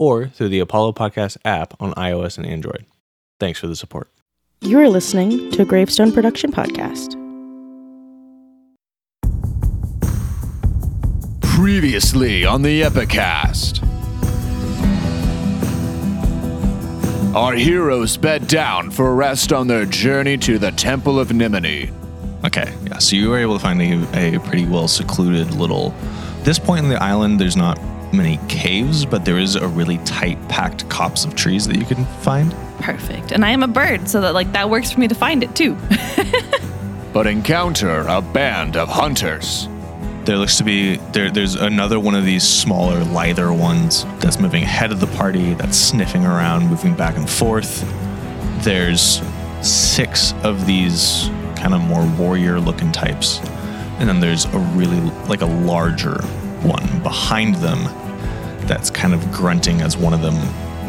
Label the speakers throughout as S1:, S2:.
S1: or through the Apollo Podcast app on iOS and Android. Thanks for the support.
S2: You're listening to a Gravestone Production Podcast.
S3: Previously on the Epicast. Our heroes bed down for rest on their journey to the Temple of Nimini.
S4: Okay, yeah. So you were able to find a, a pretty well secluded little. This point in the island, there's not many caves, but there is a really tight packed copse of trees that you can find.
S5: Perfect. And I am a bird, so that like that works for me to find it too.
S3: but encounter a band of hunters.
S4: There looks to be there. There's another one of these smaller, lither ones that's moving ahead of the party, that's sniffing around, moving back and forth. There's six of these kind of more warrior-looking types, and then there's a really like a larger one behind them that's kind of grunting as one of them.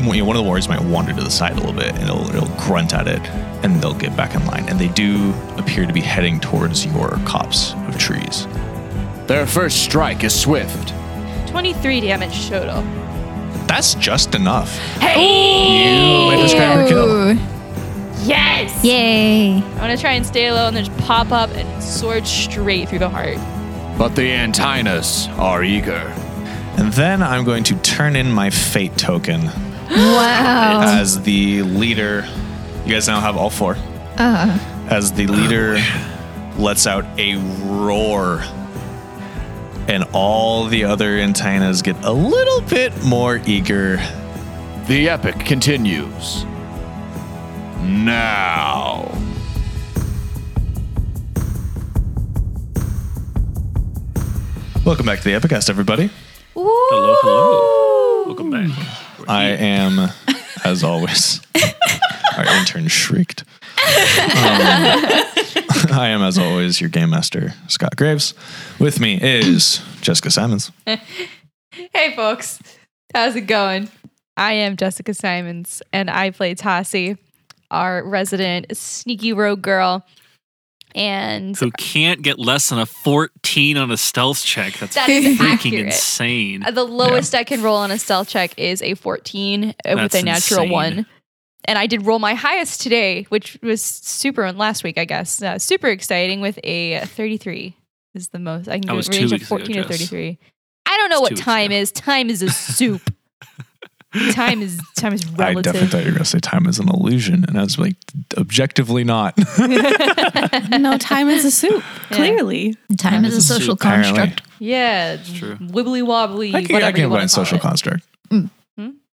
S4: You know, one of the warriors might wander to the side a little bit, and it'll, it'll grunt at it, and they'll get back in line. And they do appear to be heading towards your copse of trees.
S3: Their first strike is swift.
S6: 23 damage total.
S4: That's just enough.
S5: hey!
S4: Let us grab the kill.
S6: Yes!
S7: Yay!
S6: I'm gonna try and stay low and just pop up and sword straight through the heart.
S3: But the Antinus are eager.
S4: And then I'm going to turn in my fate token
S7: Wow.
S4: as the leader. You guys now have all four. As the leader lets out a roar, and all the other antennas get a little bit more eager.
S3: The epic continues. Now.
S4: Welcome back to the Epicast, everybody.
S1: Hello, hello. Welcome back.
S4: I am, as always, our intern shrieked. Um, I am, as always, your game master, Scott Graves. With me is Jessica Simons.
S6: Hey, folks. How's it going? I am Jessica Simons, and I play Tassie, our resident sneaky rogue girl. And
S8: who can't get less than a 14 on a stealth check. That's
S6: That is
S8: freaking
S6: accurate.
S8: insane.
S6: Uh, the lowest I can roll on a stealth check is a 14 uh, with
S8: That's
S6: a natural
S8: insane.
S6: one. And I did roll my highest today, which was super last week, I guess. Uh, super exciting with a 33 is the most I can
S8: That
S6: do
S8: was
S6: a
S8: two
S6: range of
S8: weeks ago,
S6: 14 or
S8: Jess.
S6: 33. I don't know
S8: It's two
S6: what
S8: weeks
S6: time
S8: ago.
S6: is. Time is a soup. time is time is
S4: I definitely
S6: relative.
S4: thought you were going to say time is an illusion, and I was like, objectively not.
S2: no, time is a soup. Clearly.
S7: Time is a
S8: is a
S7: social
S8: soup,
S7: construct.
S6: yeah,
S8: true.
S6: wibbly wobbly.
S4: I can,
S6: whatever
S4: I
S6: you
S4: can
S6: want
S4: blame
S6: to call
S4: social
S6: it.
S4: construct.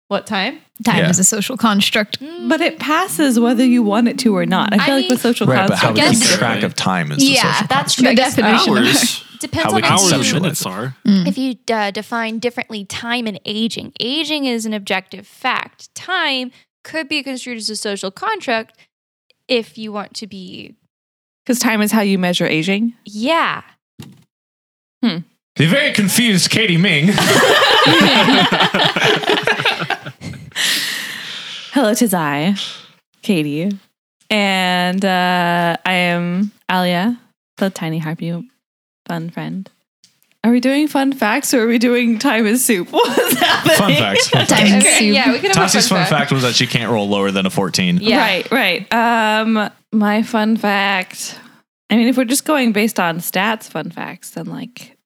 S6: What time?
S7: Time
S4: Yeah.
S7: is a social construct.
S2: But it passes whether you want it to or not. I feel
S6: I
S2: like with social
S4: Right, but how
S2: construct,
S4: we keep
S7: guess-
S4: track of time is the social
S6: that's
S7: The
S6: I guess
S7: definition of
S8: hours,
S6: Depends
S4: How we
S6: on
S8: hours
S6: how
S8: and
S4: conceptualize
S6: you-
S4: it.
S8: minutes are.
S6: if you uh, define differently time and aging. Aging is an objective fact. Time could be construed as a social contract if you want to be,
S2: because time is how you measure aging.
S6: yeah.
S4: The very confused Katie Ming.
S2: Hello, tis I, Katie. And uh, I am Alia, the tiny harpy fun friend. Are we doing fun facts or are we doing time is soup? What's happening?
S4: fun facts. Fun
S7: Time
S4: facts.
S7: is soup.
S6: Yeah, we can have
S4: Tassi's
S6: a fun,
S4: fun fact was that she can't roll lower than a 14.
S6: Yeah.
S2: Right, right. Um, my fun fact. I mean, if we're just going based on stats, fun facts, then like,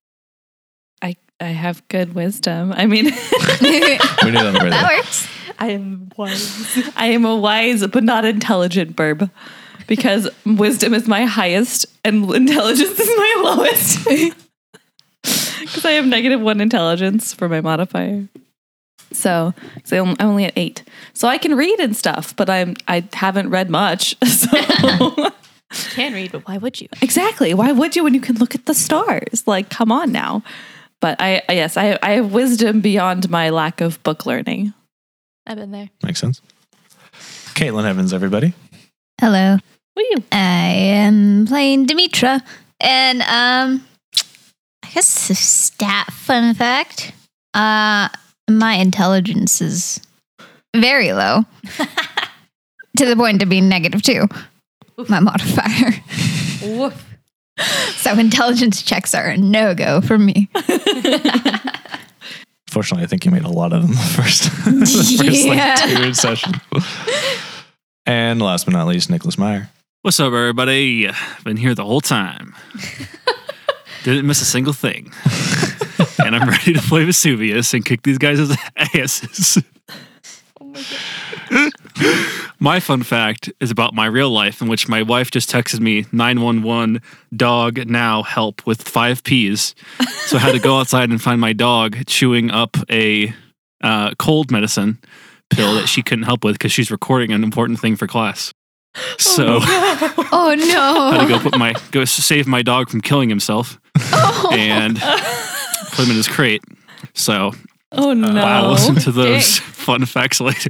S2: I I have good wisdom. I mean,
S7: that
S4: We knew that already.
S7: works.
S2: I am wise. I am a wise but not intelligent burb, because wisdom is my highest and intelligence is my lowest. Because I have negative one intelligence for my modifier. So, so I'm I'm only at eight. So I can read and stuff, but I'm I haven't read much. So
S6: Can read, but why would you?
S2: exactly, why would you when you can look at the stars? Like, come on now. But I I- yes, I I have wisdom beyond my lack of book learning.
S6: I've been there.
S4: Makes sense. Caitlin Evans, everybody.
S7: Hello.
S2: Will you?
S7: I am playing Demetra. And um I guess a stat fun fact. Uh my intelligence is very low. to the point of being negative two. My modifier.
S6: Woof.
S7: so intelligence checks are a no go for me.
S4: Fortunately, I think you made a lot of them the first, the first
S7: Yeah.
S4: like, two session. and last but not least, Nicholas Meyer.
S8: What's up, everybody? Been here the whole time. Didn't miss a single thing. and I'm ready to play Vesuvius and kick these guys' asses. my fun fact is about my real life, in which my wife just texted me 911 dog now help with five P's. So I had to go outside and find my dog chewing up a uh, cold medicine pill that she couldn't help with because she's recording an important thing for class. So
S7: Oh
S8: had to
S7: no.
S8: go put my go s- save my dog from killing himself
S2: Oh.
S8: and put him in his crate. So
S2: Oh no.
S8: I'll listen to those fun facts later.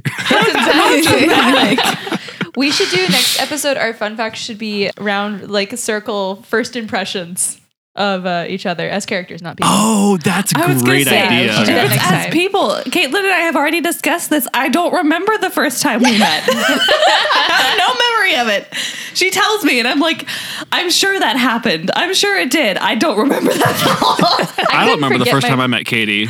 S6: We should do next episode. Our fun fact should be round, like circle first impressions of uh, each other as characters, not people.
S8: oh, that's a
S2: I was
S8: great
S2: gonna say,
S8: idea.
S6: should do that
S2: It's
S6: next
S2: as
S6: time.
S2: people. Caitlin and I have already discussed this. I don't remember the first time we met. I have no memory of it. She tells me, and I'm like, I'm sure that happened. I'm sure it did. I don't remember that at all.
S8: I, don't
S6: couldn't
S8: remember the
S6: forget
S8: first
S6: my-
S8: time I met Katie.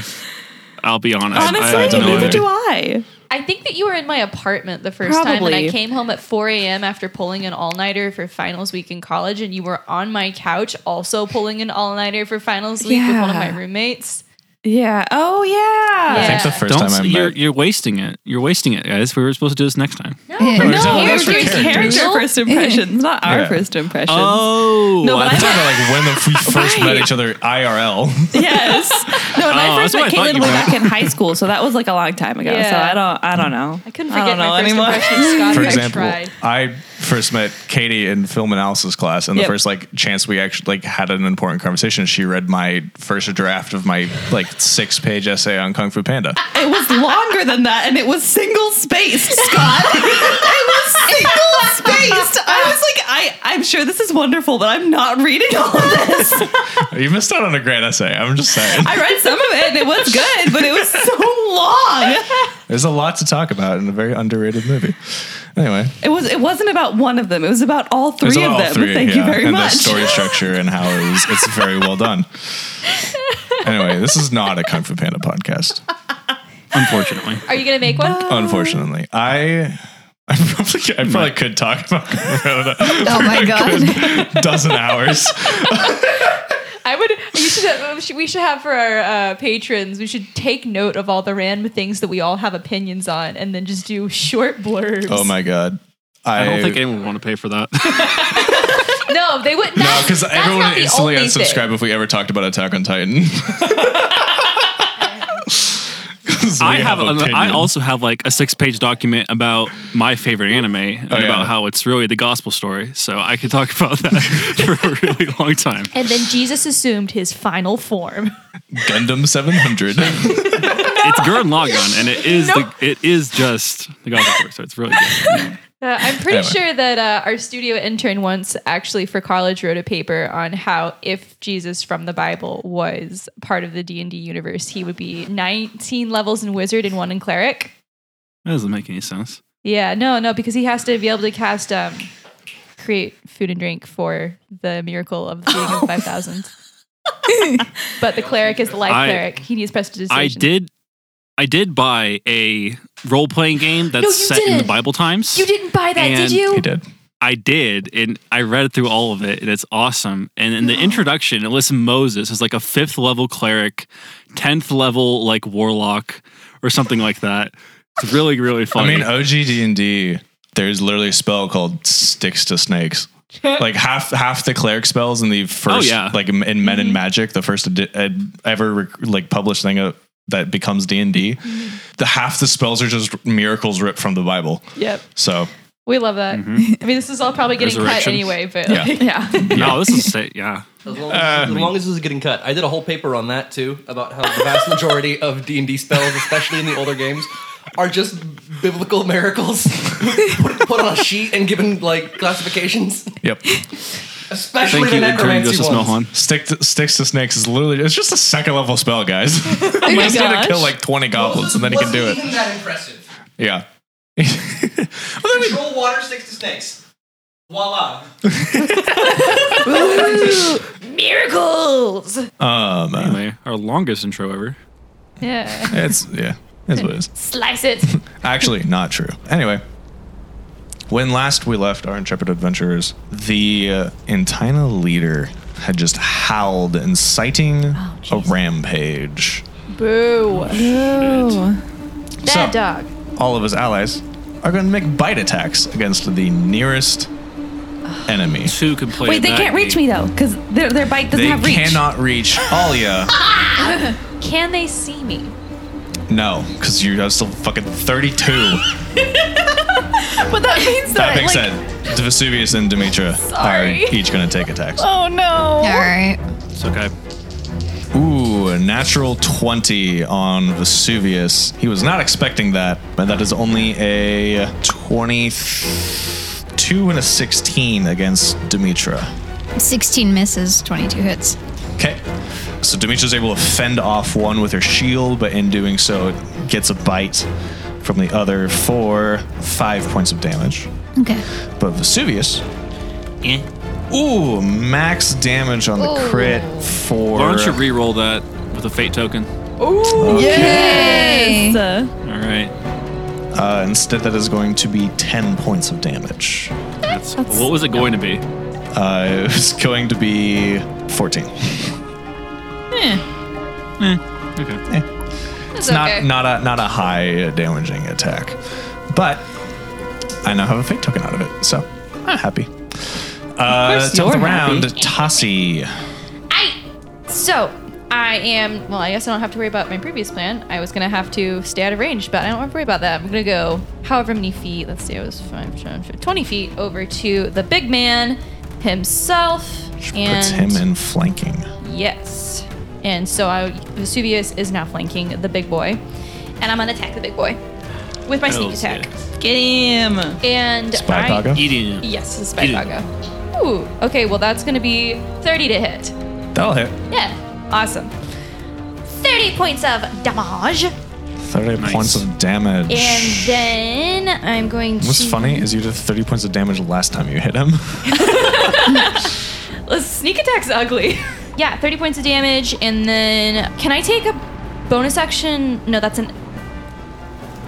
S8: I'll be honest. I have
S2: Honestly,
S8: no
S2: neither
S8: idea.
S2: do I.
S6: I think that you were in my apartment the first time, and I
S2: Probably.
S6: came home at 4 a.m. after pulling an all nighter for finals week in college, and you were on my couch also pulling an all nighter for finals week with one of my
S2: Yeah.
S6: roommates.
S2: Yeah. Oh yeah.
S4: I think the
S6: Yeah.
S4: 1st
S8: Don't
S4: time I
S8: s-
S4: met.
S8: you're, you're wasting it. You're wasting it, guys. We were supposed to do this next time.
S2: No, we
S4: Oh,
S2: were
S4: that's for
S2: doing
S4: characters.
S2: character first impressions, not our
S4: Yeah.
S2: first impressions.
S8: Oh,
S2: No,
S8: I
S2: but I-
S8: thought-
S4: Talking about like when the, we first met each other IRL.
S2: Yes. No, when
S8: Oh,
S2: I
S8: that's
S2: first met
S8: what I thought
S2: Caitlin
S8: you
S2: way
S8: meant.
S2: back in high school, so that was like a long time ago. So
S6: Yeah.
S2: I don't, I don't know.
S6: I couldn't
S2: I
S6: forget
S2: don't know
S6: my first
S2: anymore.
S6: impression of Scott.
S4: For
S6: but I
S4: example,
S6: tried.
S4: I first met Katie in film analysis class, and
S2: Yep.
S4: the first like chance we actually like had an important conversation, she read my first draft of my like six page essay on Kung Fu Panda.
S2: It was longer than that, and it was single spaced, Scott. it was single spaced. I was like, I, I'm sure this is wonderful, but I'm not reading all of this.
S4: you missed out on a great essay. I'm just saying.
S2: I read some of it, and it was good, but it was so long.
S4: There's a lot to talk about in a very underrated movie. Anyway,
S2: It was. It wasn't about one of them. It was about all three
S4: there's
S2: of
S4: all
S2: them.
S4: three,
S2: Thank you
S4: yeah,
S2: very
S4: and
S2: much.
S4: the story structure and how it was, it's very well done. Anyway, this is not a Kung Fu Panda podcast.
S8: unfortunately.
S6: Are you gonna make one?
S4: Unfortunately, I I probably I probably could talk about Corona
S7: Oh my god.
S4: dozen hours.
S6: I would. You should. uh, we should- We should have for our uh, patrons. We should take note of all the random things that we all have opinions on, and then just do short blurbs.
S4: Oh my god. I,
S8: I don't think anyone would want to pay for that.
S6: No, they wouldn't.
S4: no, because everyone would instantly unsubscribe
S6: Thing.
S4: if we ever talked about Attack on Titan. 'Cause
S8: I
S4: we
S8: have. a- I
S4: opinions.
S8: also have like a six-page document about my favorite anime and
S4: Oh, yeah.
S8: about how it's really the gospel story. So I could talk about that for a really long time.
S6: And then Jesus assumed his final form.
S4: Gundam 700.
S8: It's Gurren Lagann, and it is the, it is just the gospel story. So it's really good.
S6: Uh, I'm pretty
S4: Anyway.
S6: sure that uh, our studio intern once actually for college wrote a paper on how if Jesus from the Bible was part of the D and D universe, he would be 19 levels in wizard and one in cleric.
S8: That doesn't make any sense.
S6: Yeah, no, no, because he has to be able to cast um, create food and drink for the miracle of the
S9: Oh.
S6: feeding of five thousand. but the cleric is the life
S8: I-
S6: cleric. He needs prestidigitation.
S8: I did. I did buy a role-playing game that's
S6: you
S8: set in the
S6: didn't.
S8: Bible times.
S6: You didn't buy that,
S8: And-
S6: did you?
S4: he did.
S8: I did, and I read through all of it, and it's awesome. And in the introduction, it lists Moses as like a fifth level cleric, tenth level like warlock, or something like that. It's really, really
S4: I
S8: funny.
S4: mean, uh, OG D&D, there's literally a spell called Sticks to Snakes. like half half the cleric spells in the first,
S8: yeah.
S4: like in Men in Magic, the first edi- ed- ever rec- like published thing uh, that becomes D&D, the half the spells are just miracles ripped from the Bible.
S6: Yep,
S4: So
S6: we love that. I mean, this is all probably getting cut
S8: Resurrection.
S6: anyway, but
S4: Yeah.
S6: like-
S2: yeah.
S8: no, Oh, this is sa- yeah.
S10: As long as, as long as this is getting cut, I did a whole paper on that too about how the vast majority of D and D spells, especially in the older games, are just biblical miracles put, put on a sheet and given like classifications.
S4: Yep.
S10: Especially
S8: Thank
S10: the
S8: you, Attorney
S10: necromancy
S8: Justice
S10: ones.
S8: Nohan.
S4: Stick to, sticks to snakes is literally it's just a second level spell, guys. you just need to kill like twenty goblins and then you can
S10: Wasn't
S4: do it.
S10: even that impressive.
S4: Yeah. well, then we,
S10: Control water sticks to snakes. Voila.
S9: Miracles.
S4: um, uh,
S8: Anyway, our longest intro ever.
S2: Yeah.
S4: it's yeah, it's what it is.
S2: Slice it.
S4: Actually, not true. Anyway, when last we left our intrepid adventurers, the uh, Entina leader had just howled, inciting a rampage.
S2: Boo. Bad
S4: So-
S2: dog.
S4: all of his allies are going to make bite attacks against the nearest enemy.
S8: Two can play.
S9: Wait, they
S8: that
S9: can't reach me
S8: game.
S9: though, because their their bite doesn't
S4: They
S9: have reach.
S4: cannot reach Alia.
S2: Can they see me?
S4: no, because you are still fucking 32.
S9: But that means
S4: That
S9: that,
S4: being
S9: like,
S4: said, Vesuvius and Demetra
S2: Sorry.
S4: are each going to take attacks.
S9: oh no.
S7: All right.
S8: It's okay.
S4: Ooh, a natural 20 on Vesuvius. He was not expecting that, but that is only a 22 and a 16 against Demetra.
S7: 16 misses, 22 hits.
S4: Okay. So Demetra's able to fend off one with her shield, but in doing so, it gets a bite from the other for five points of damage.
S7: Okay.
S4: But Vesuvius. Eh? Ooh, max damage on the crit for.
S8: Why don't you re-roll that with a fate token?
S7: Yay!
S8: All right.
S4: uh, instead, that is going to be 10 points of damage.
S8: That's, what was it going to be?
S4: Uh, it's going to be 14.
S8: Okay.
S4: It's not, not, a, not a high uh, damaging attack. But I now have a fate token out of it, so I'm happy. Uh,
S2: course
S4: top of the
S2: you're
S4: round,
S2: happy.
S4: Tossie.
S2: So I am. Well, I guess I don't have to worry about my previous plan. I was gonna have to stay out of range, but I don't have to worry about that. I'm gonna go however many feet. Let's see, I was five, seven, fif- 20 feet over to the big man himself. and
S4: Puts him in flanking.
S2: Yes. And so I, Vesuvius is now flanking the big boy, and I'm gonna attack the big boy with my sneak
S8: Hells
S2: attack.
S11: Get him.
S2: And
S4: By
S2: I-
S4: Pago?
S8: Eating.
S2: Yes, the spy
S8: Yeah.
S2: doggo. Ooh. Okay. Well, that's gonna be 30 to hit.
S4: That'll hit.
S2: Yeah. Awesome. 30 points of damage.
S4: 30
S8: Nice.
S4: points of damage.
S2: And then I'm going to.
S4: What's funny is you did 30 points of damage last time you hit him.
S2: Let's sneak attack's ugly. yeah, 30 points of damage. And then. Can I take a bonus action? No, that's an.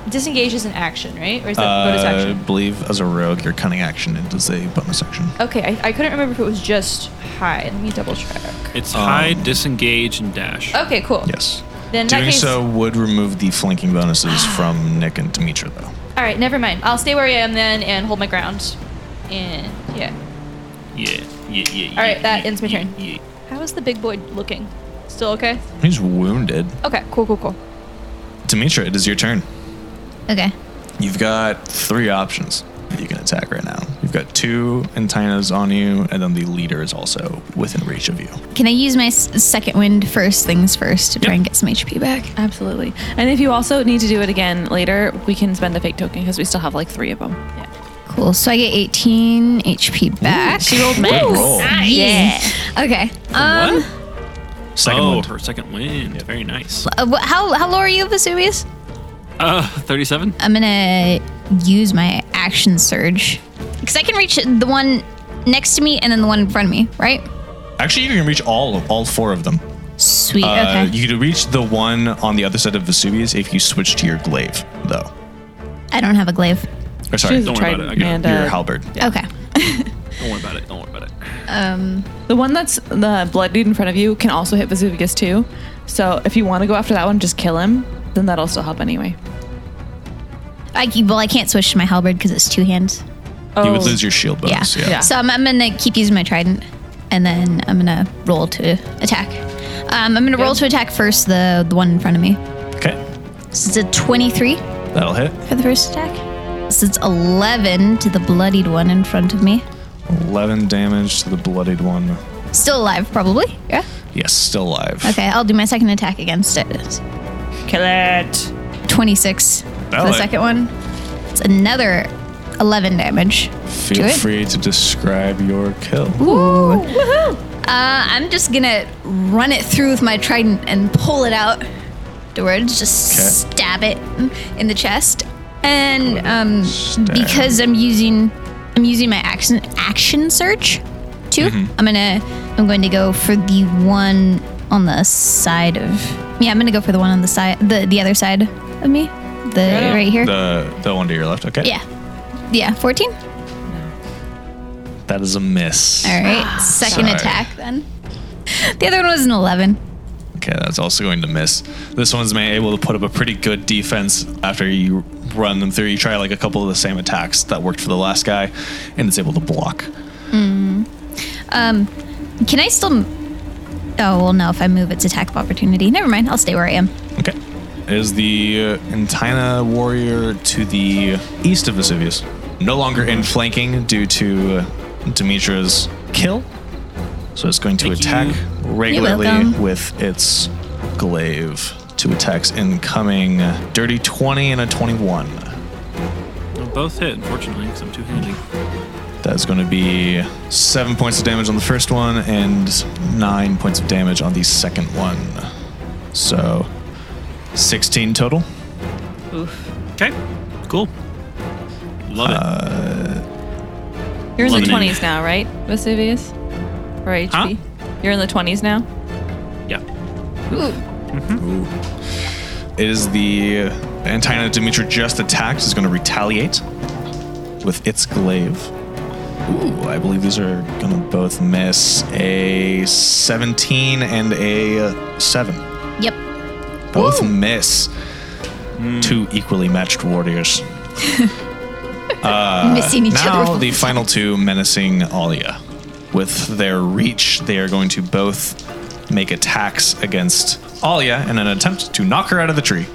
S2: Disengage is an action, right? Or is that bonus
S4: Uh, I
S2: action?
S4: believe as a rogue, your cunning action is a bonus action.
S2: Okay, I, I couldn't remember if it was just high. Let me double check.
S8: It's
S4: Um,
S8: hide, disengage, and dash.
S2: Okay, cool.
S4: Yes.
S2: Then in that
S4: Doing
S2: case-
S4: so would remove the flanking bonuses from Nick and Demetra, though.
S2: All right, never mind. I'll stay where I am then and hold my ground. And yeah.
S8: Yeah. Yeah. Yeah.
S2: All right, that ends my turn. How is the big boy looking? Still okay?
S4: He's wounded.
S2: Okay, cool, cool, cool.
S4: Demetra, it is your turn.
S7: Okay.
S4: You've got three options that you can attack right now. You've got two Antinas on you, and then the leader is also within reach of you.
S7: Can I use my s- second wind first things first to try and get some HP back? Ah,
S9: Absolutely. And if you also need to do it again later, we can spend a fake token because we still have like three of them.
S7: Cool. So I get 18 HP back.
S9: She rolled max.
S4: roll.
S9: Nice.
S7: Yeah. Okay. Um.
S8: What?
S4: Second
S8: oh,
S4: one.
S8: her second win. Very nice.
S7: uh, wh- how how low are you, Vesuvius?
S8: Uh, thirty-seven.
S7: I'm gonna use my action surge because I can reach the one next to me and then the one in front of me, right?
S4: Actually, you can reach all of all four of them.
S7: Sweet.
S4: Uh,
S7: okay.
S4: You could reach the one on the other side of Vesuvius if you switch to your glaive, though.
S7: I don't have a glaive.
S4: Or sorry,
S8: Don't
S4: your
S8: worry about it. I got it.
S4: halberd.
S7: Okay.
S8: Don't worry about it. Don't worry about it.
S7: Um.
S9: The one that's the blood dude in front of you can also hit Vesuvius too. So if you want to go after that one, just kill him. Then that'll still help anyway.
S7: I c- well, I can't switch to my halberd because it's two hands.
S9: Oh,
S4: You would lose your shield
S7: Yeah.
S4: bonus. Yeah.
S7: So I'm, I'm gonna keep using my trident, and then I'm gonna roll to attack. Um, I'm gonna roll to attack first the the one in front of me.
S4: Okay,
S7: This is a 23
S4: that'll hit.
S7: for the first attack. This is 11 to the bloodied one in front of me.
S4: Eleven damage to the bloodied one
S7: Still alive, probably. Yeah.
S4: Yes, still alive.
S7: Okay, I'll do my second attack against it.
S12: Kill it.
S7: 26 for
S4: Valid.
S7: the second one. It's another 11 damage.
S4: Feel
S7: Good.
S4: free to describe your kill.
S7: Ooh. Uh, I'm just gonna run it through with my trident and pull it out afterwards. Just
S4: Okay.
S7: stab it in the chest. And um,
S4: Stab.
S7: because I'm using I'm using my action action search too. I'm gonna I'm going to go for the one on the side of yeah. I'm gonna go for the one on the side the the other side of me. The right here.
S4: The the one to your left. Okay.
S7: yeah. Yeah. 14. All
S4: That is a miss.
S7: right. Second
S4: Sorry.
S7: attack then. The other one was an 11.
S4: Okay, that's also going to miss. This one's may able to put up a pretty good defense after you run them through. You try like a couple of the same attacks that worked for the last guy, and it's able to block.
S7: Um, can I still? m- Oh well, no. If I move, it's attack of opportunity. Never mind. I'll stay where I am.
S4: Okay. It Is the uh, Antina warrior to the east of Vesuvius no longer in flanking due to uh, Demetra's kill? So it's going to attack regularly
S7: welcome.
S4: with its glaive. Two attacks incoming dirty 20 and a 21.
S8: Well, both hit, unfortunately, because I'm two handed.
S4: That's going to be seven points of damage on the first one and nine points of damage on the second one. So 16 total.
S8: Okay, cool. Love it.
S4: Uh,
S2: You're in the
S8: Lemonade.
S2: 20s now, right, Vesuvius? Or HP?
S8: Huh?
S2: You're in the 20s now?
S8: Yeah.
S4: It is the Antina Demetra just attacked is going to retaliate with its glaive. Ooh, I believe these are going to both miss a 17 and a 7.
S7: Yep.
S4: Both miss. Two equally matched warriors.
S7: Missing each
S4: Uh, now
S7: other.
S4: the final two menacing Alia. With their reach, they are going to both make attacks against Alia in an attempt to knock her out of the tree.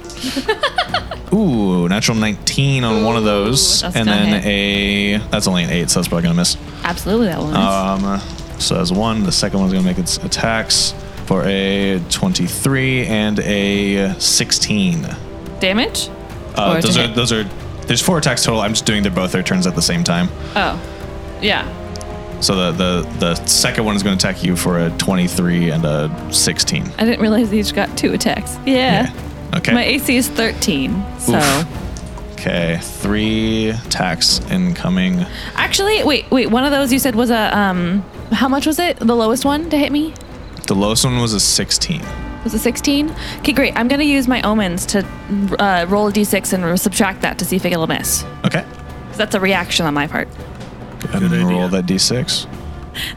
S4: Ooh, natural 19 on one of those,
S2: that's
S4: and
S2: gonna
S4: then a that's only an eight, so that's probably gonna miss.
S2: Absolutely, that one.
S4: Um, so that's one. The second one's gonna make its attacks for a 23 and a 16.
S2: Damage?
S4: Uh,
S2: Or to
S4: those are
S2: hit.
S4: those are there's four attacks total. I'm just doing their both their turns at the same time.
S2: Oh. Yeah.
S4: So the, the the second one is going to attack you for a 23 and a 16.
S2: I didn't realize they each got two attacks. Yeah.
S4: Okay.
S2: My AC is 13. So.
S4: Okay. Three attacks incoming.
S2: Actually, wait, wait. One of those you said was a. um. How much was it? The lowest one to hit me?
S4: The lowest one was a 16.
S2: Was it 16? Okay, great. I'm going to use my omens to uh, roll a d6 and subtract that to see if it'll miss.
S4: Okay.
S2: 'Cause That's a reaction on my part.
S4: Good and roll that d6.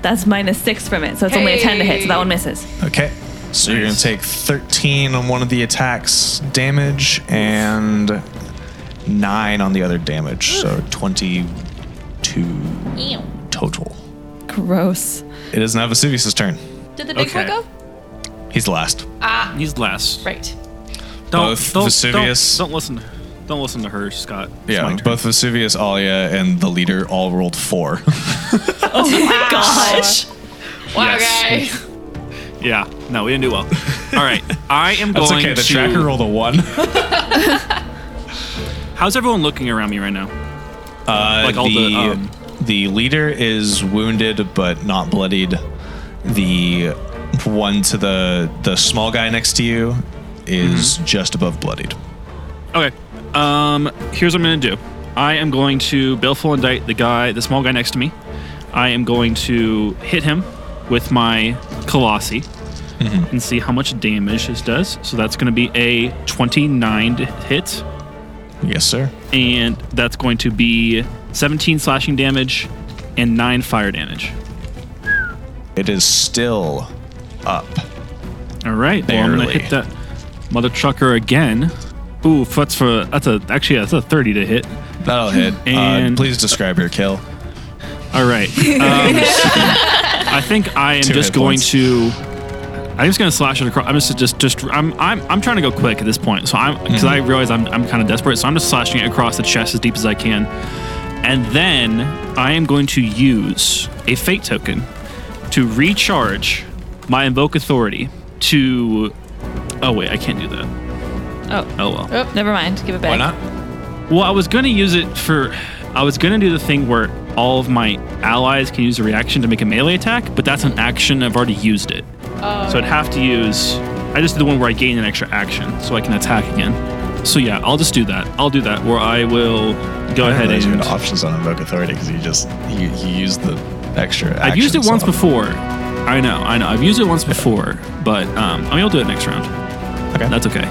S2: That's minus six from it, so it's only a 10 to hit, so that one misses.
S4: Okay. So you're going to take
S8: Nice.
S4: 13 on one of the attacks damage and nine on the other damage. So 22 total.
S2: Gross.
S4: It is now Vesuvius' turn.
S6: Did the big
S8: Okay.
S6: one go?
S4: He's last.
S8: He's last.
S6: Right.
S8: Don't,
S4: Both Vesuvius-
S8: Don't, don't listen. Don't listen to her, Scott. It's my
S4: Yeah,
S8: turn.
S4: both Vesuvius, Alia, and the leader all rolled four.
S2: Gosh.
S6: Wow,
S8: Yes.
S6: guys.
S8: Yeah. No, we didn't do well. All right. I am
S4: That's
S8: going
S4: okay. The
S8: to.
S4: tracker rolled a one.
S8: How's everyone looking around me right now?
S4: Uh,
S8: Like all the, um,
S4: the leader is wounded but not bloodied. The one to the the small guy next to you is just above bloodied.
S8: Okay. Um, here's what I'm gonna do. I am going to baleful indict the guy, the small guy next to me. I am going to hit him with my colossi and see how much damage this does. So that's gonna be a 29 to hit,
S4: Yes, sir.
S8: and that's going to be 17 slashing damage and nine fire damage.
S4: It is still up.
S8: All right. Well, I'm gonna
S4: Barely.
S8: hit that mother trucker again. Ooh, that's for that's a actually that's a 30 to hit.
S4: That'll hit.
S8: And-
S4: uh, please describe your kill.
S8: All right. Um, I think I am
S4: Two
S8: just
S4: hit
S8: going
S4: points.
S8: to. I'm just gonna slash it across. I'm just just just. I'm I'm, I'm trying to go quick at this point. So I'm because
S4: Mhm.
S8: I realize I'm I'm kind of desperate. So I'm just slashing it across the chest as deep as I can, and then I am going to use a fate token to recharge my invoke authority to. Oh wait, I can't do that.
S2: Oh.
S8: Oh well.
S2: Oh, never mind. Give it back.
S4: Why not?
S8: Well, I was going to use it for. I was going to do the thing where all of my allies can use a reaction to make a melee attack, but that's an action. I've already used it. So I'd have to use. I just did the one where I gain an extra action so I can attack again. So yeah, I'll just do that. I'll do that where I will
S4: I
S8: go ahead
S4: didn't realize you
S8: and.
S4: had options on Invoke Authority because you just you, you used the extra.
S8: I've used
S4: action,
S8: it once
S4: so-
S8: before. I know, I know. I've used it once before, but um, I mean, I'll do it next round.
S4: Okay.
S8: That's okay.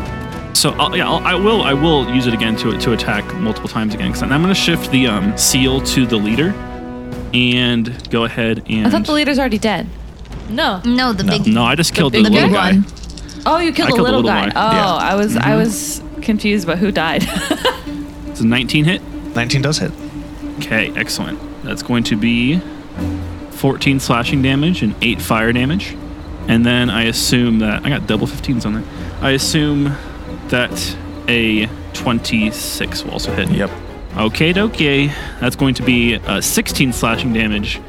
S8: So I'll, yeah, I'll, I will. I will use it again to to attack multiple times again. Because I'm going to shift the um, seal to the leader, and go ahead and.
S2: I thought the leader's already dead.
S6: No.
S7: No, the
S4: No.
S7: big
S8: no, I just killed the,
S2: big
S8: little
S2: guy?
S8: guy.
S7: one.
S2: Oh, you
S8: I
S2: killed the
S8: killed the
S2: little,
S8: little guy.
S2: guy. Oh,
S4: Yeah. Mm-hmm.
S2: I was I was confused about who died.
S8: It's a 19 hit.
S4: 19 does hit.
S8: Okay, excellent. That's going to be 14 slashing damage and 8 fire damage. And then I assume that I got double 15s on that. I assume that a 26 will also hit.
S4: Yep.
S8: Okay, dokie. That's going to be uh, 16 slashing damage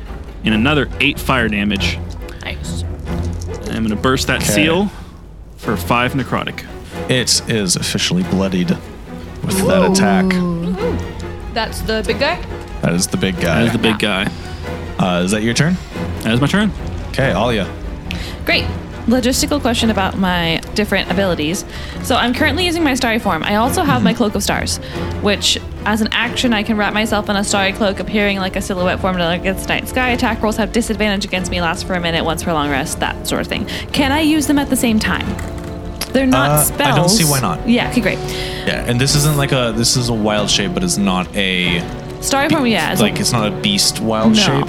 S8: and another 8 fire damage.
S6: Nice.
S8: I'm going to burst that
S4: Okay.
S8: seal for 5 necrotic.
S4: It is officially bloodied with that attack.
S6: That's the big guy.
S4: That is the big guy.
S8: That is the big guy.
S4: uh, is that your turn?
S8: That is my turn.
S4: Okay, Alia.
S2: Great. Logistical question about my different abilities. So I'm currently using my starry form. I also have
S4: Mm-hmm.
S2: my cloak of stars, which as an action I can wrap myself in a starry cloak, appearing like a silhouette form to against night sky. Attack rolls have disadvantage against me, last for a minute, once for a long rest, that sort of thing. Can I use them at the same time? They're not
S4: Uh, I
S2: spells.
S4: don't see why not.
S2: Yeah. Okay. Great.
S4: Yeah, and this isn't like a this is a wild shape, but it's not a
S2: Starry form. Yeah. Is
S4: like it's not a beast wild shape.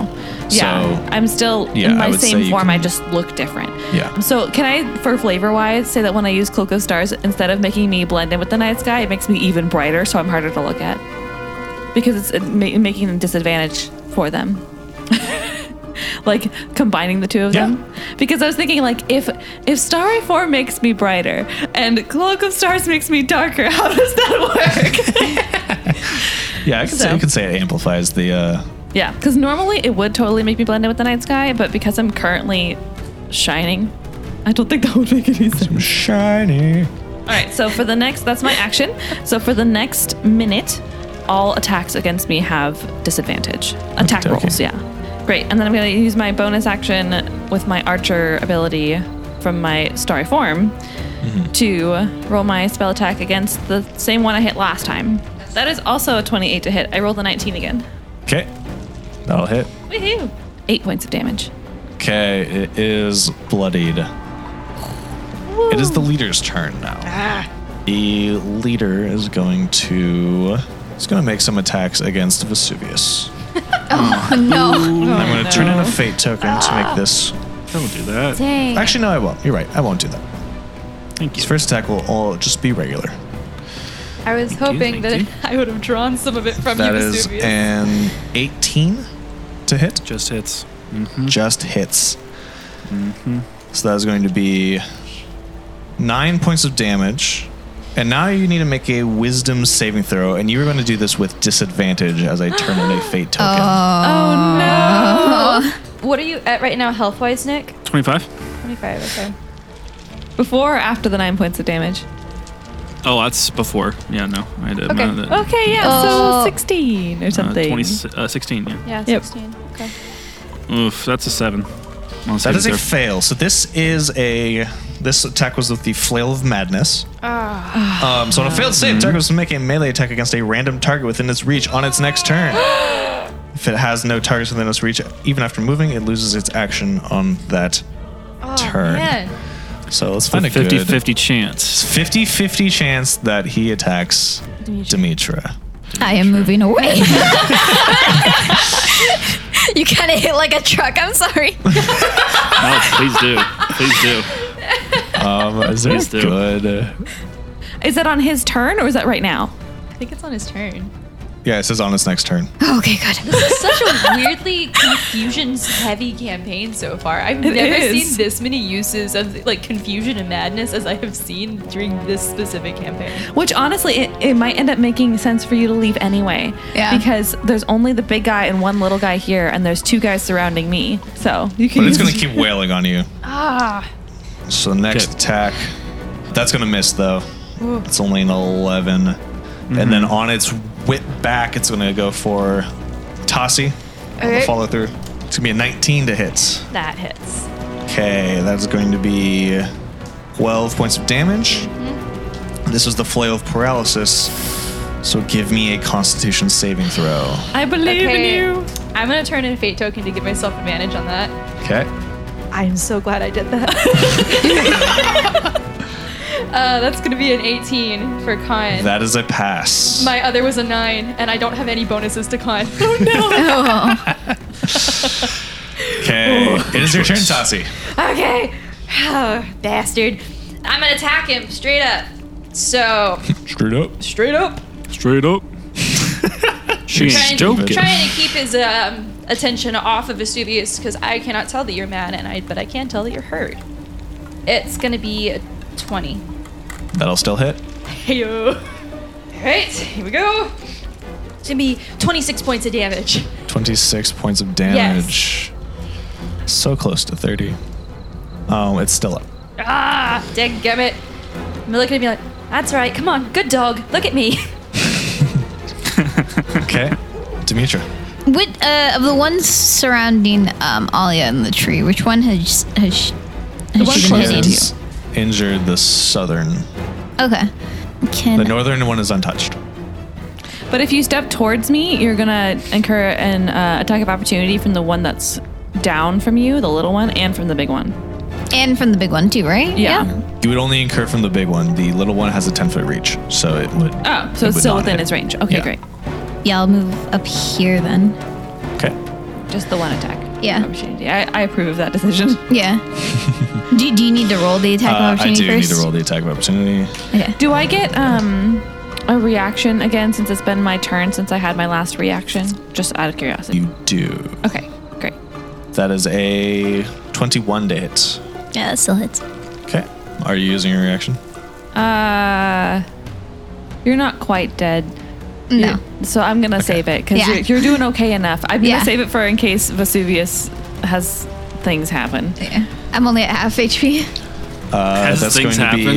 S2: Yeah,
S4: So
S2: I'm still
S4: Yeah,
S2: in
S4: I
S2: my
S4: would say
S2: same
S4: you
S2: form. I
S4: can-
S2: just look different.
S4: Yeah.
S2: So can I, for flavor wise, say that when I use Cloak of Stars, instead of making me blend in with the night sky, it makes me even brighter, so I'm harder to look at because it's it ma- making a disadvantage for them. like combining the two of
S4: Yeah.
S2: them because i was thinking like if if starry form makes me brighter and cloak of stars makes me darker how does that work
S4: yeah, I can say
S2: so-
S4: you can say it amplifies the uh
S2: Yeah, because normally it would totally make me blend in with the night sky, but because I'm currently shining, I don't think that would make any sense.
S4: shiny.
S2: All right, so for the next, that's my action. So for the next minute, all attacks against me have disadvantage. Attack
S4: Okey-dokey.
S2: rolls, yeah. Great, and then I'm going to use my bonus action with my archer ability from my starry form Mm-hmm. to roll my spell attack against the same one I hit last time. That is also a 28 to hit. I rolled a 19 again.
S4: Okay. That'll hit.
S2: Woohoo! Eight points of damage.
S4: Okay, it is bloodied. It is the leader's turn now. The leader is going to is going to make some attacks against Vesuvius.
S7: No.
S4: I'm going to turn in a fate token to make this.
S8: Don't do that.
S7: Dang.
S4: Actually, no, I won't. You're right. I won't do that.
S8: Thank
S4: His
S8: you.
S4: first attack will all just be regular.
S6: I was hoping
S8: thank
S6: that
S8: you.
S6: I would have drawn some of it from
S4: That
S6: you,
S4: is
S6: Vesuvius.
S4: an 18 to hit.
S8: Just hits. Mm-hmm.
S4: Just hits. So that is going to be nine points of damage. And now you need to make a wisdom saving throw, and you were going to do this with disadvantage as I turn in a fate token.
S6: what are you at right now, health wise, Nick?
S8: 25.
S6: 25, okay.
S2: Before or after the nine points of damage?
S8: Oh, that's before. Yeah, no. I had
S6: Okay.
S8: amount of that.
S2: Okay, yeah,
S7: Oh.
S2: so 16 or
S8: Uh,
S2: something.
S8: 20, uh, 16, yeah.
S6: Yeah,
S2: Yep.
S6: 16. Okay.
S8: Oof, that's a seven. On
S4: That is a
S8: saving throw.
S4: fail. So this is a this attack was with the flail of madness. Um, so on a failed save, target was to make a melee attack against a random target within its reach on its next turn. if it has no targets within its reach, even after moving, it loses its action on that turn.
S6: Man,
S4: So let's find a
S8: It's a 50
S4: good
S8: 50 chance.
S4: 50-50 chance that he attacks Demetra.
S7: I am moving away. you kind of hit like a truck. I'm sorry.
S8: No, please do. Please do.
S4: Um, is there
S8: Please do.
S4: good? uh,
S2: Is that on his turn or is that right now?
S6: I think it's on his turn.
S4: Yeah, it says on its next turn.
S7: Oh, Okay, good.
S6: This is such a weirdly confusion-heavy campaign so far. I've never
S12: is.
S6: seen this many uses of like confusion and madness as I have seen during this specific campaign.
S2: Which honestly, it, it might end up making sense for you to leave anyway.
S7: Yeah.
S2: Because there's only the big guy and one little guy here, and there's two guys surrounding me. So you can.
S4: But it's
S2: use-
S4: going to keep wailing on you. Ah. So next
S8: Okay.
S4: attack. That's going to miss, though. It's only an 11. And then on its whip back, it's going to go for Tossie. on The
S6: Okay.
S4: follow through. It's going to be a 19 to hit.
S6: That hits.
S4: Okay, that's going to be 12 points of damage. This is the flail of paralysis. So give me a constitution saving throw.
S2: I believe
S6: Okay.
S2: in you.
S6: I'm gonna turn in a fate token to give myself advantage on that.
S4: Okay.
S6: I'm so glad I did that. uh, that's gonna be an 18 for con.
S4: That is a pass.
S6: My other was a nine, and I don't have any bonuses to con.
S7: Oh,
S4: Okay. It is your turn, Tossie.
S6: Okay. bastard. I'm gonna attack him straight up. So
S4: Straight up.
S6: straight up,
S8: Straight up. she ain't
S6: trying,
S8: joking.
S6: trying to keep his um, attention off of Vesuvius because I cannot tell that you're mad, and I but I can tell that you're hurt. It's gonna be a twenty.
S4: That'll still hit.
S6: Heyo. All right, here we go. It's gonna be twenty-six points of damage.
S4: 26 points of damage. So close to 30. Um, it's still up.
S6: Ah, dadgummit. I'm looking at me like, that's right. Come on, good dog. Look at me.
S4: Okay. Demetra.
S7: With, uh, of the ones surrounding um, Alia and the tree, which one has has, sh- has she been hitting?
S4: Has injured the southern.
S7: Okay. Can
S4: The northern one is untouched.
S2: But if you step towards me, you're gonna incur an uh, attack of opportunity from the one that's down from you, the little one, and from the big one.
S7: and from the big one too, right?
S2: Yeah.
S4: You would only incur from the big one. The little one has a 10 foot reach, so it would.
S2: Oh, so
S4: it would
S2: it's still
S4: not
S2: within
S4: hit.
S2: its range. Okay,
S4: Yeah.
S2: great.
S7: Yeah, I'll move up here then.
S4: Okay. Uh,
S2: Just the one attack.
S7: Yeah.
S2: of Opportunity. I, I approve of that decision.
S7: Yeah. do, do you need to roll the attack
S4: Uh,
S7: of
S4: I
S7: opportunity
S4: do
S7: first?
S4: need to roll the attack of opportunity.
S7: Okay.
S2: Do I get um a reaction again since it's been my turn since I had my last reaction? Just out of curiosity.
S4: You do.
S2: Okay, great.
S4: That is a 21 to hit.
S7: Yeah, that still hits.
S4: Okay. Are you using your reaction?
S2: Uh, you're not quite dead.
S7: No.
S2: So I'm gonna save it because
S7: Yeah.
S2: you're, you're doing okay enough. I'm
S7: Yeah.
S2: gonna save it for in case Vesuvius has things happen.
S7: Yeah. I'm only at half HP.
S4: Uh,
S8: As
S4: that's going
S8: things
S4: to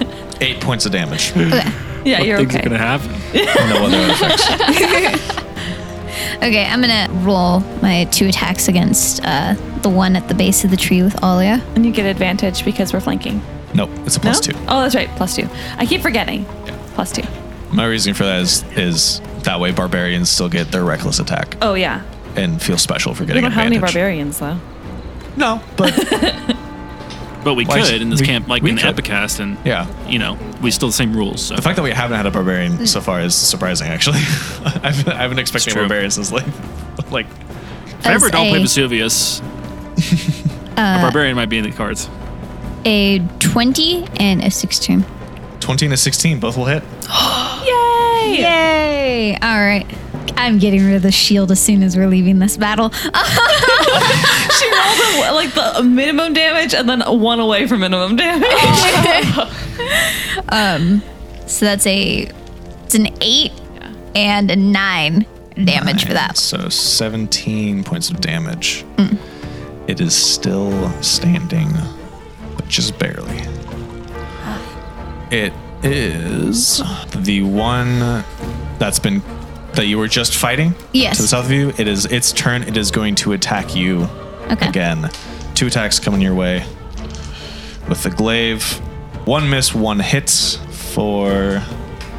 S4: be eight points of damage. no
S7: Okay.
S2: Yeah, you're
S8: Things are
S2: okay.
S8: gonna happen.
S4: other effects.
S7: Okay, I'm gonna roll my two attacks against uh, the one at the base of the tree with Alia.
S2: And you get advantage because we're flanking.
S4: Nope, it's a
S2: No?
S4: plus two.
S2: Oh, that's right. Plus two. I keep forgetting. Plus two.
S4: My reasoning for that is is that way barbarians still get their reckless attack
S2: Oh yeah.
S4: and feel special for
S2: We
S4: getting
S2: don't have any
S4: advantage.
S2: barbarians though.
S4: No, but
S8: But we
S4: Why
S8: could
S4: should-
S8: in this
S4: we-
S8: camp, like
S4: we
S8: in the
S4: could.
S8: Epicast, and
S4: Yeah.
S8: you know, we still the same rules. So.
S4: the fact that we haven't had a
S2: Hmm.
S4: barbarian so far is surprising. Actually, I've, I haven't expected a
S8: true.
S4: barbarian since like like
S8: Remember,
S7: As
S8: don't play
S7: a-
S8: Vesuvius. a barbarian might be in the cards.
S7: A 20 and a 16.
S4: twenty and a sixteen. Both will hit.
S2: Yay!
S7: Yay! All right. I'm getting rid of the shield as soon as we're leaving this battle. Oh,
S2: She rolled a, like the minimum damage and then one away from minimum damage.
S7: Oh. so that's a it's an 8 and a 9 damage for that.
S4: So seventeen points of damage.
S7: Mm.
S4: It is still standing, but just barely. It is the one that's been that you were just fighting.
S7: Yes.
S4: To the south of you, it is its turn. It is going to attack you
S7: Okay.
S4: again. Two attacks coming your way with the glaive. One miss, one hit for.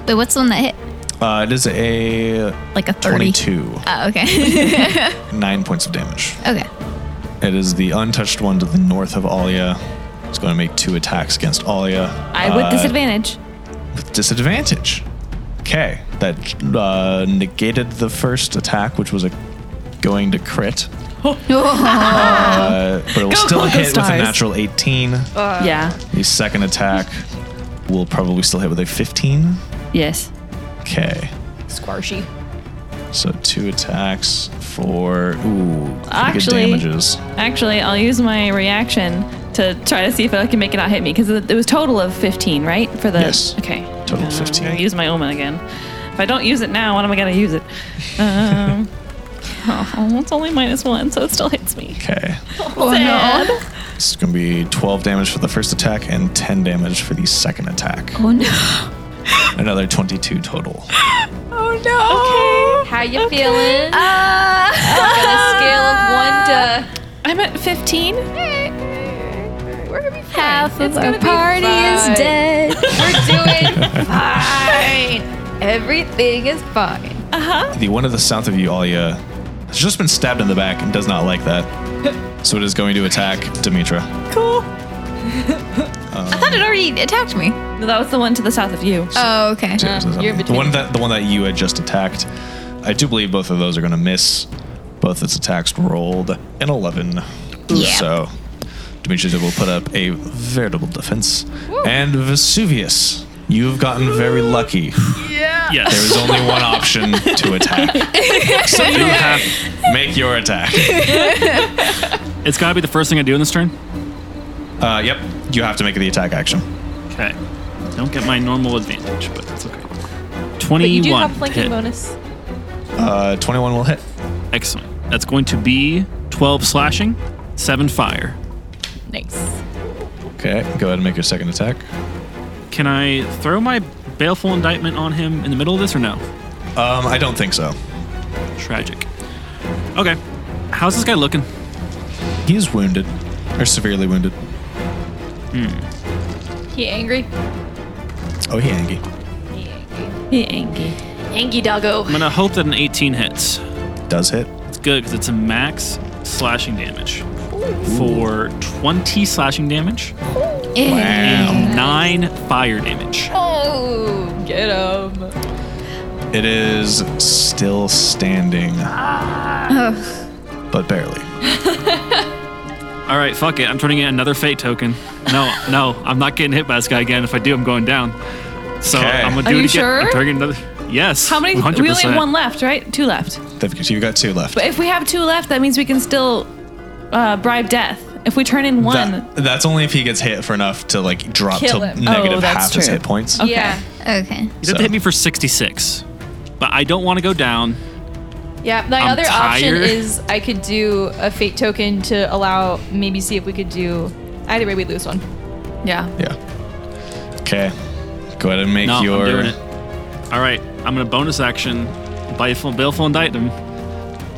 S7: Wait, what's the one that hit?
S4: Uh, it is a
S7: Like a 30.
S4: 22.
S7: Oh, okay.
S4: Nine points of damage.
S7: okay.
S4: It is the untouched one to the north of Alia. It's going to make two attacks against Alia
S2: I with disadvantage.
S4: with disadvantage. Okay, that uh, negated the first attack, which was a going to crit,
S2: Oh,
S4: uh, but it will still
S2: Cloak of
S4: hit with a
S2: Stars. Oh.
S4: natural 18.
S7: uh,
S2: yeah.
S4: the second attack will probably still hit with a 15.
S2: Yes.
S4: Okay,
S6: Marshy.
S4: So two attacks for ooh, pretty
S2: Actually-
S4: good damages.
S2: Actually, I'll use my reaction to try to see if I can make it not hit me because it was total of 15, right? For the
S4: Yes.
S2: Okay.
S4: Total of
S2: Uh, I'm gonna
S4: 15.
S2: use my omen again. If I don't use it now, when am I gonna use it? Um, oh, it's only minus one, so it still hits me.
S4: Okay,
S2: Sad.
S4: this is gonna be 12 damage for the first attack and 10 damage for the second attack.
S7: Oh no.
S4: Another 22 total. Oh,
S6: How you feeling? Uh, On a scale of one to
S2: I'm at 15.
S6: we're gonna be fine.
S7: Half of
S6: It's
S7: our
S6: gonna be
S7: party is
S6: fine.
S7: dead.
S6: We're doing fine. Everything is fine.
S4: The one to the south of you, Alia, has just been stabbed in the back and does not like that. So it is going to attack Demetra.
S7: I thought it already attacked me.
S2: No, that was the one to the south of you.
S7: Oh, okay.
S4: So this is-
S6: Uh, you're
S4: the
S6: between-
S4: one that the one that you had just attacked. I do believe both of those are going to miss. Both its attacks rolled an 11.
S7: Yeah.
S4: So Demetrius will put up a veritable defense. And Vesuvius, you have gotten very lucky.
S8: Yes.
S4: There is only one option to attack. So you have make your attack.
S8: it's got to be the first thing I do in this turn.
S4: Uh, yep, you have to make the attack action.
S8: Okay. Don't get my normal advantage, but it's okay.
S6: But you do
S8: 21.
S6: have flanking
S8: hit.
S6: bonus.
S4: Uh, 21 will hit.
S8: Excellent. That's going to be 12 slashing, 7 fire.
S6: Nice.
S4: Okay, go ahead and make your second attack.
S8: Can I throw my baleful indictment on him in the middle of this or no?
S4: Um, I don't think so.
S8: Tragic. Okay. How's this guy looking?
S4: He is wounded, or severely wounded.
S6: He angry.
S4: Oh, he angry.
S2: Hey, Angie.
S6: Angy doggo.
S8: I'm going to hope that an 18 hits.
S4: Does hit.
S8: It's good because it's a max slashing damage for 20 slashing damage and 9 fire damage.
S6: Oh, get him.
S4: It is still standing, but barely.
S8: All right, fuck it. I'm turning in another fate token. No, no, I'm not getting hit by this guy again. If I do, I'm going down. So
S4: Okay.
S8: I'm gonna
S2: Are
S8: do
S2: you
S8: it again. I'm
S2: sure?
S8: turning another. Yes.
S2: How many?
S8: 100%.
S2: We only have one left, right? Two left.
S4: Difficult. You've got two left.
S2: But if we have two left, that means we can still uh, bribe death. If we turn in one,
S4: That- that's only if he gets hit for enough to like drop
S6: Kill
S4: to
S6: him.
S4: negative
S2: Oh, that's
S4: half his
S2: true.
S4: hit points.
S6: Yeah.
S7: Okay.
S8: You have
S4: So-
S8: to hit me for 66, but I don't want to go down.
S6: Yeah. My
S8: I'm
S6: other option
S8: tired.
S6: is I could do a fate token to allow maybe see if we could do. Either way, we lose one.
S2: yeah.
S4: Yeah. Okay. Go ahead and make
S8: No,
S4: your.
S8: I'm doing it. All right, I'm gonna bonus action, baleful, baleful indict him,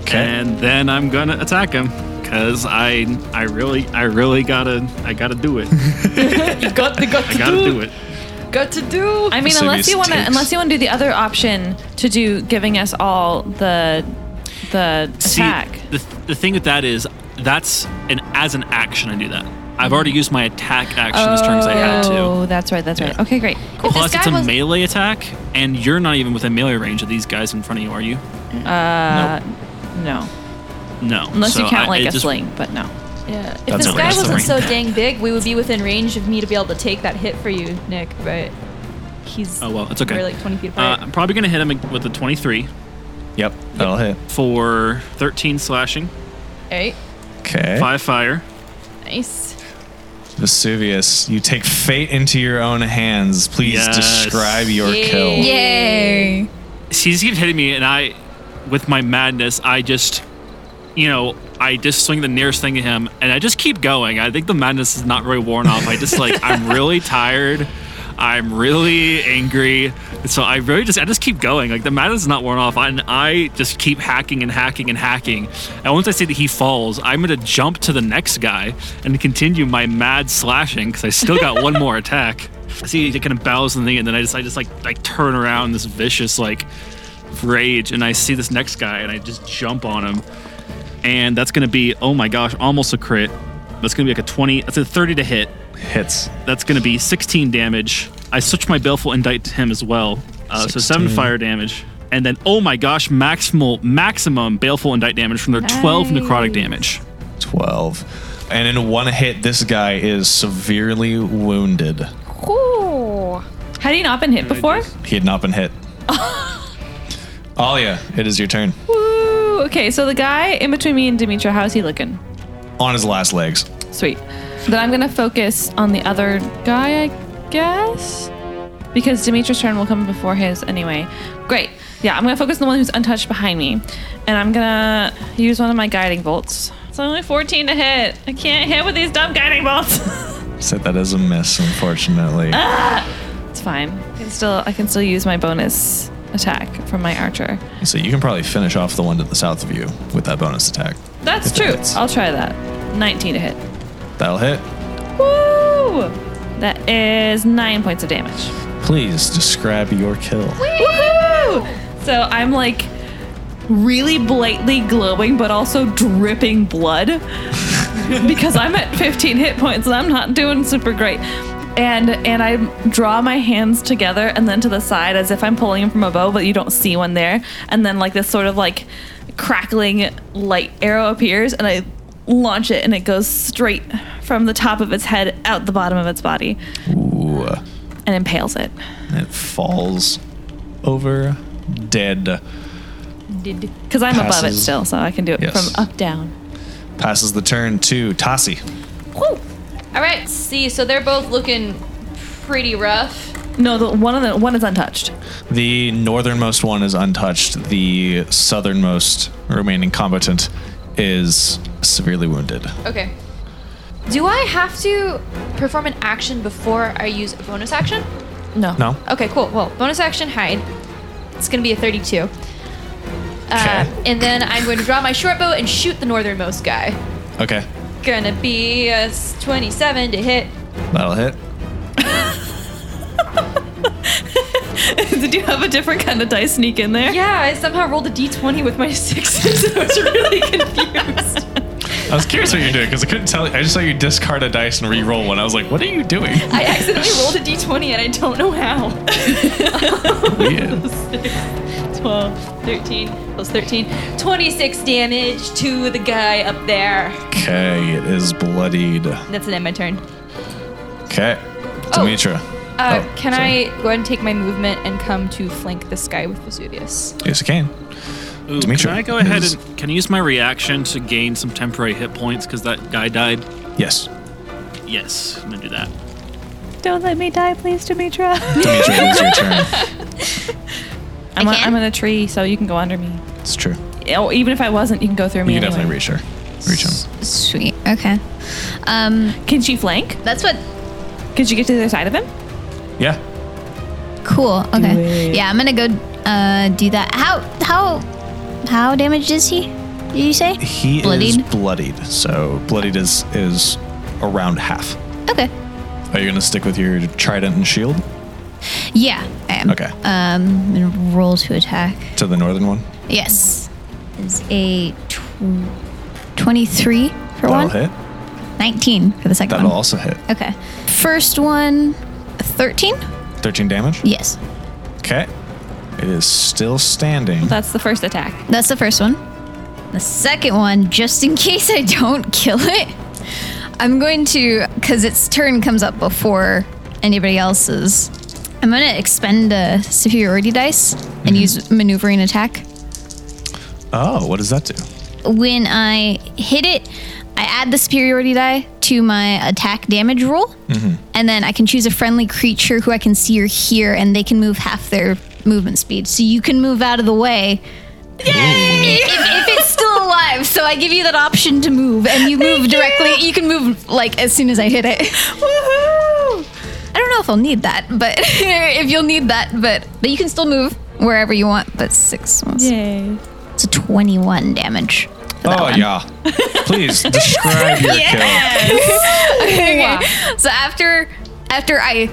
S4: Okay.
S8: and then I'm gonna attack him because I, I really, I really gotta, I gotta do it.
S6: You got the got
S8: I gotta do it.
S6: Got to do.
S2: I mean,
S4: So
S2: unless
S4: this
S2: you want to,
S4: takes-
S2: unless you want to do the other option to do giving us all the the attack.
S8: See, the, the thing with that is, that's an as an action I do that. I've already used my attack action as turn as I had to.
S2: Oh, that's right, that's right. Okay, great.
S7: If
S8: Plus,
S7: this
S8: it's
S7: guy
S8: a
S7: was
S8: melee attack, and you're not even within melee range of these guys in front of you, are you?
S2: Uh, No,
S8: No.
S2: unless
S8: So
S2: you count
S8: I-
S2: like
S8: it
S2: a
S8: just-
S2: sling, but no.
S6: Yeah. If
S4: That's
S6: this
S4: not
S6: guy
S4: like a
S6: wasn't so
S8: story.
S6: dang big, we would be within range of me to be able to take that hit for you, Nick. But he's.
S8: Oh well, it's okay.
S6: We're like 20 feet
S8: Uh,
S6: apart.
S8: I'm probably gonna hit him with a 23
S4: Yep. That'll hit.
S8: for 13 slashing,
S6: Alright.
S4: Okay.
S8: five fire.
S6: Nice.
S4: Vesuvius, you take fate into your own hands. Please
S8: Yes.
S4: describe your
S6: Yay.
S4: kill.
S7: Yay.
S8: She just keeps hitting me, and I, with my madness, I just, you know, I just swing the nearest thing at him, and I just keep going. I think the madness is not really worn off. I just like, I'm really tired. I'm really angry. So I really just, I just keep going. Like the madness is not worn off. And I just keep hacking and hacking and hacking. And once I see that he falls, I'm going to jump to the next guy and continue my mad slashing because I still got one more attack. I see he kind of bows in the thing, and then I just, I just like, like turn around in this vicious like rage, and I see this next guy, and I just jump on him, and that's gonna be, oh my gosh, almost a crit. That's gonna be like a twenty. That's a thirty to hit.
S4: Hits.
S8: That's gonna be sixteen damage. I switched my baleful indict to him as well, uh, so seven
S4: 16.
S8: fire damage, and then oh my gosh, maximal maximum baleful indict damage from their twelve necrotic damage.
S4: 12. And in one hit, this guy is severely wounded.
S2: Had he not been hit before?
S4: He had not been hit. Alia, it is your turn.
S2: Woo! Okay, so the guy in between me and Dimitra, how's he looking?
S4: On his last legs.
S2: Sweet. Then I'm gonna focus on the other guy, I guess? Because Demetra's turn will come before his anyway. Great. Yeah, I'm gonna focus on the one who's untouched behind me. And I'm gonna use one of my guiding bolts. It's only 14 to hit. I can't hit with these dumb guiding bolts.
S4: Set that as a miss, unfortunately.
S2: it's fine. I can still I can still use my bonus attack from my archer.
S4: So you can probably finish off the one to the south of you with that bonus attack.
S2: That's
S4: If it
S2: true.
S4: hits.
S2: I'll try that. 19 to hit.
S4: That'll hit.
S2: Woo! That is nine points of damage.
S4: Please describe your kill.
S2: Woohoo! So I'm like really blatantly glowing, but also dripping blood because I'm at 15 hit points and I'm not doing super great. And and I draw my hands together and then to the side as if I'm pulling them from a bow, but you don't see one there. And then like this sort of like crackling light arrow appears, and I launch it, and it goes straight from the top of its head out the bottom of its body
S4: Ooh.
S2: and impales it.
S4: And it falls over dead.
S2: Because I'm above it
S4: Passes.
S2: still, so I can do it
S4: Yes.
S2: from up down.
S4: Passes the turn to Tassi.
S6: All right, see, so they're both looking pretty rough.
S2: No, the one of the one is untouched.
S4: The northernmost one is untouched. The southernmost remaining combatant is severely wounded.
S6: Okay. Do I have to perform an action before I use a bonus action?
S2: No.
S6: Oh.
S4: No?
S6: Okay, cool. Well, bonus action hide. It's going to be a 32. Uh,
S4: Okay.
S6: and then I'm going to draw my short bow and shoot the northernmost guy.
S4: Okay.
S6: Gonna be a s- 27 uh, to hit.
S4: That'll hit.
S2: Did you have a different kind of dice sneak in there?
S6: Yeah, I somehow rolled a d20 with my sixes. I was really confused.
S4: I was curious what you're doing because I couldn't tell. I just saw you discard a dice and re-roll one. I was like, "What are you doing?"
S6: I accidentally rolled a d20 and I don't know how.
S4: Weird.
S6: 12, 13, plus 13. 26 damage to the guy up there.
S4: Okay, it is bloodied.
S6: That's the end of my turn.
S4: Okay, Demetra.
S6: Oh, Uh,
S4: Oh,
S6: can
S4: sorry.
S6: I go ahead and take my movement and come to flank this guy with Vesuvius?
S4: Yes, you can.
S8: Ooh,
S4: Demetra,
S8: can I go ahead
S4: is-
S8: and can I use my reaction to gain some temporary hit points because that guy died?
S4: Yes.
S8: Yes, I'm gonna do that.
S2: Don't let me die, please, Demetra.
S4: Demetra, it is your turn.
S2: I'm, on,
S7: can?
S2: I'm in a tree, so you can go under me.
S4: It's true.
S2: Oh, even if I wasn't, you can go through me.
S4: You can definitely
S2: anyway.
S4: reach her. Reach him.
S7: Sweet. Okay. Um,
S2: Can she flank?
S7: that's what.
S2: Could you get to the other side of him?
S4: Yeah.
S7: Cool. Okay. Yeah, I'm gonna go uh, do that. How how how damaged is he? Did you say?
S4: He is
S7: Bloodied?
S4: bloodied. So bloodied is is around half.
S7: Okay.
S4: Are you gonna stick with your trident and shield?
S7: Mm. Yeah, I am.
S4: Okay.
S7: Um, and roll to attack.
S4: To the northern one.
S7: Yes. Is a tw- 23 for
S4: That'll
S7: one. Um.
S4: hit.
S7: 19 for the 2nd
S4: That'll
S7: one.
S4: also hit.
S7: Okay. First one, 13?
S4: Thirteen damage.
S7: Yes.
S4: Okay. It is still standing.
S2: That's the first attack.
S7: That's the first one. The second one, just in case I don't kill it, I'm going to, because its turn comes up before anybody else's, I'm going to expend a superiority dice and use maneuvering attack.
S4: Oh, what does that do?
S7: When I hit it, I add the superiority die to my attack damage roll, and then I can choose a friendly creature who I can see or hear, and they can move half their movement speed. So you can move out of the way. Yay! If, if it's still alive, so I give you that option to move, and you move directly. You. can move like as soon as I hit it. Woohoo! I don't know if I'll need that, but if you'll need that, but but you can still move wherever you want. But six,
S2: Yay.
S7: it's a twenty-one damage. for that
S4: Oh
S7: one.
S4: yeah. Please describe your
S7: So after after I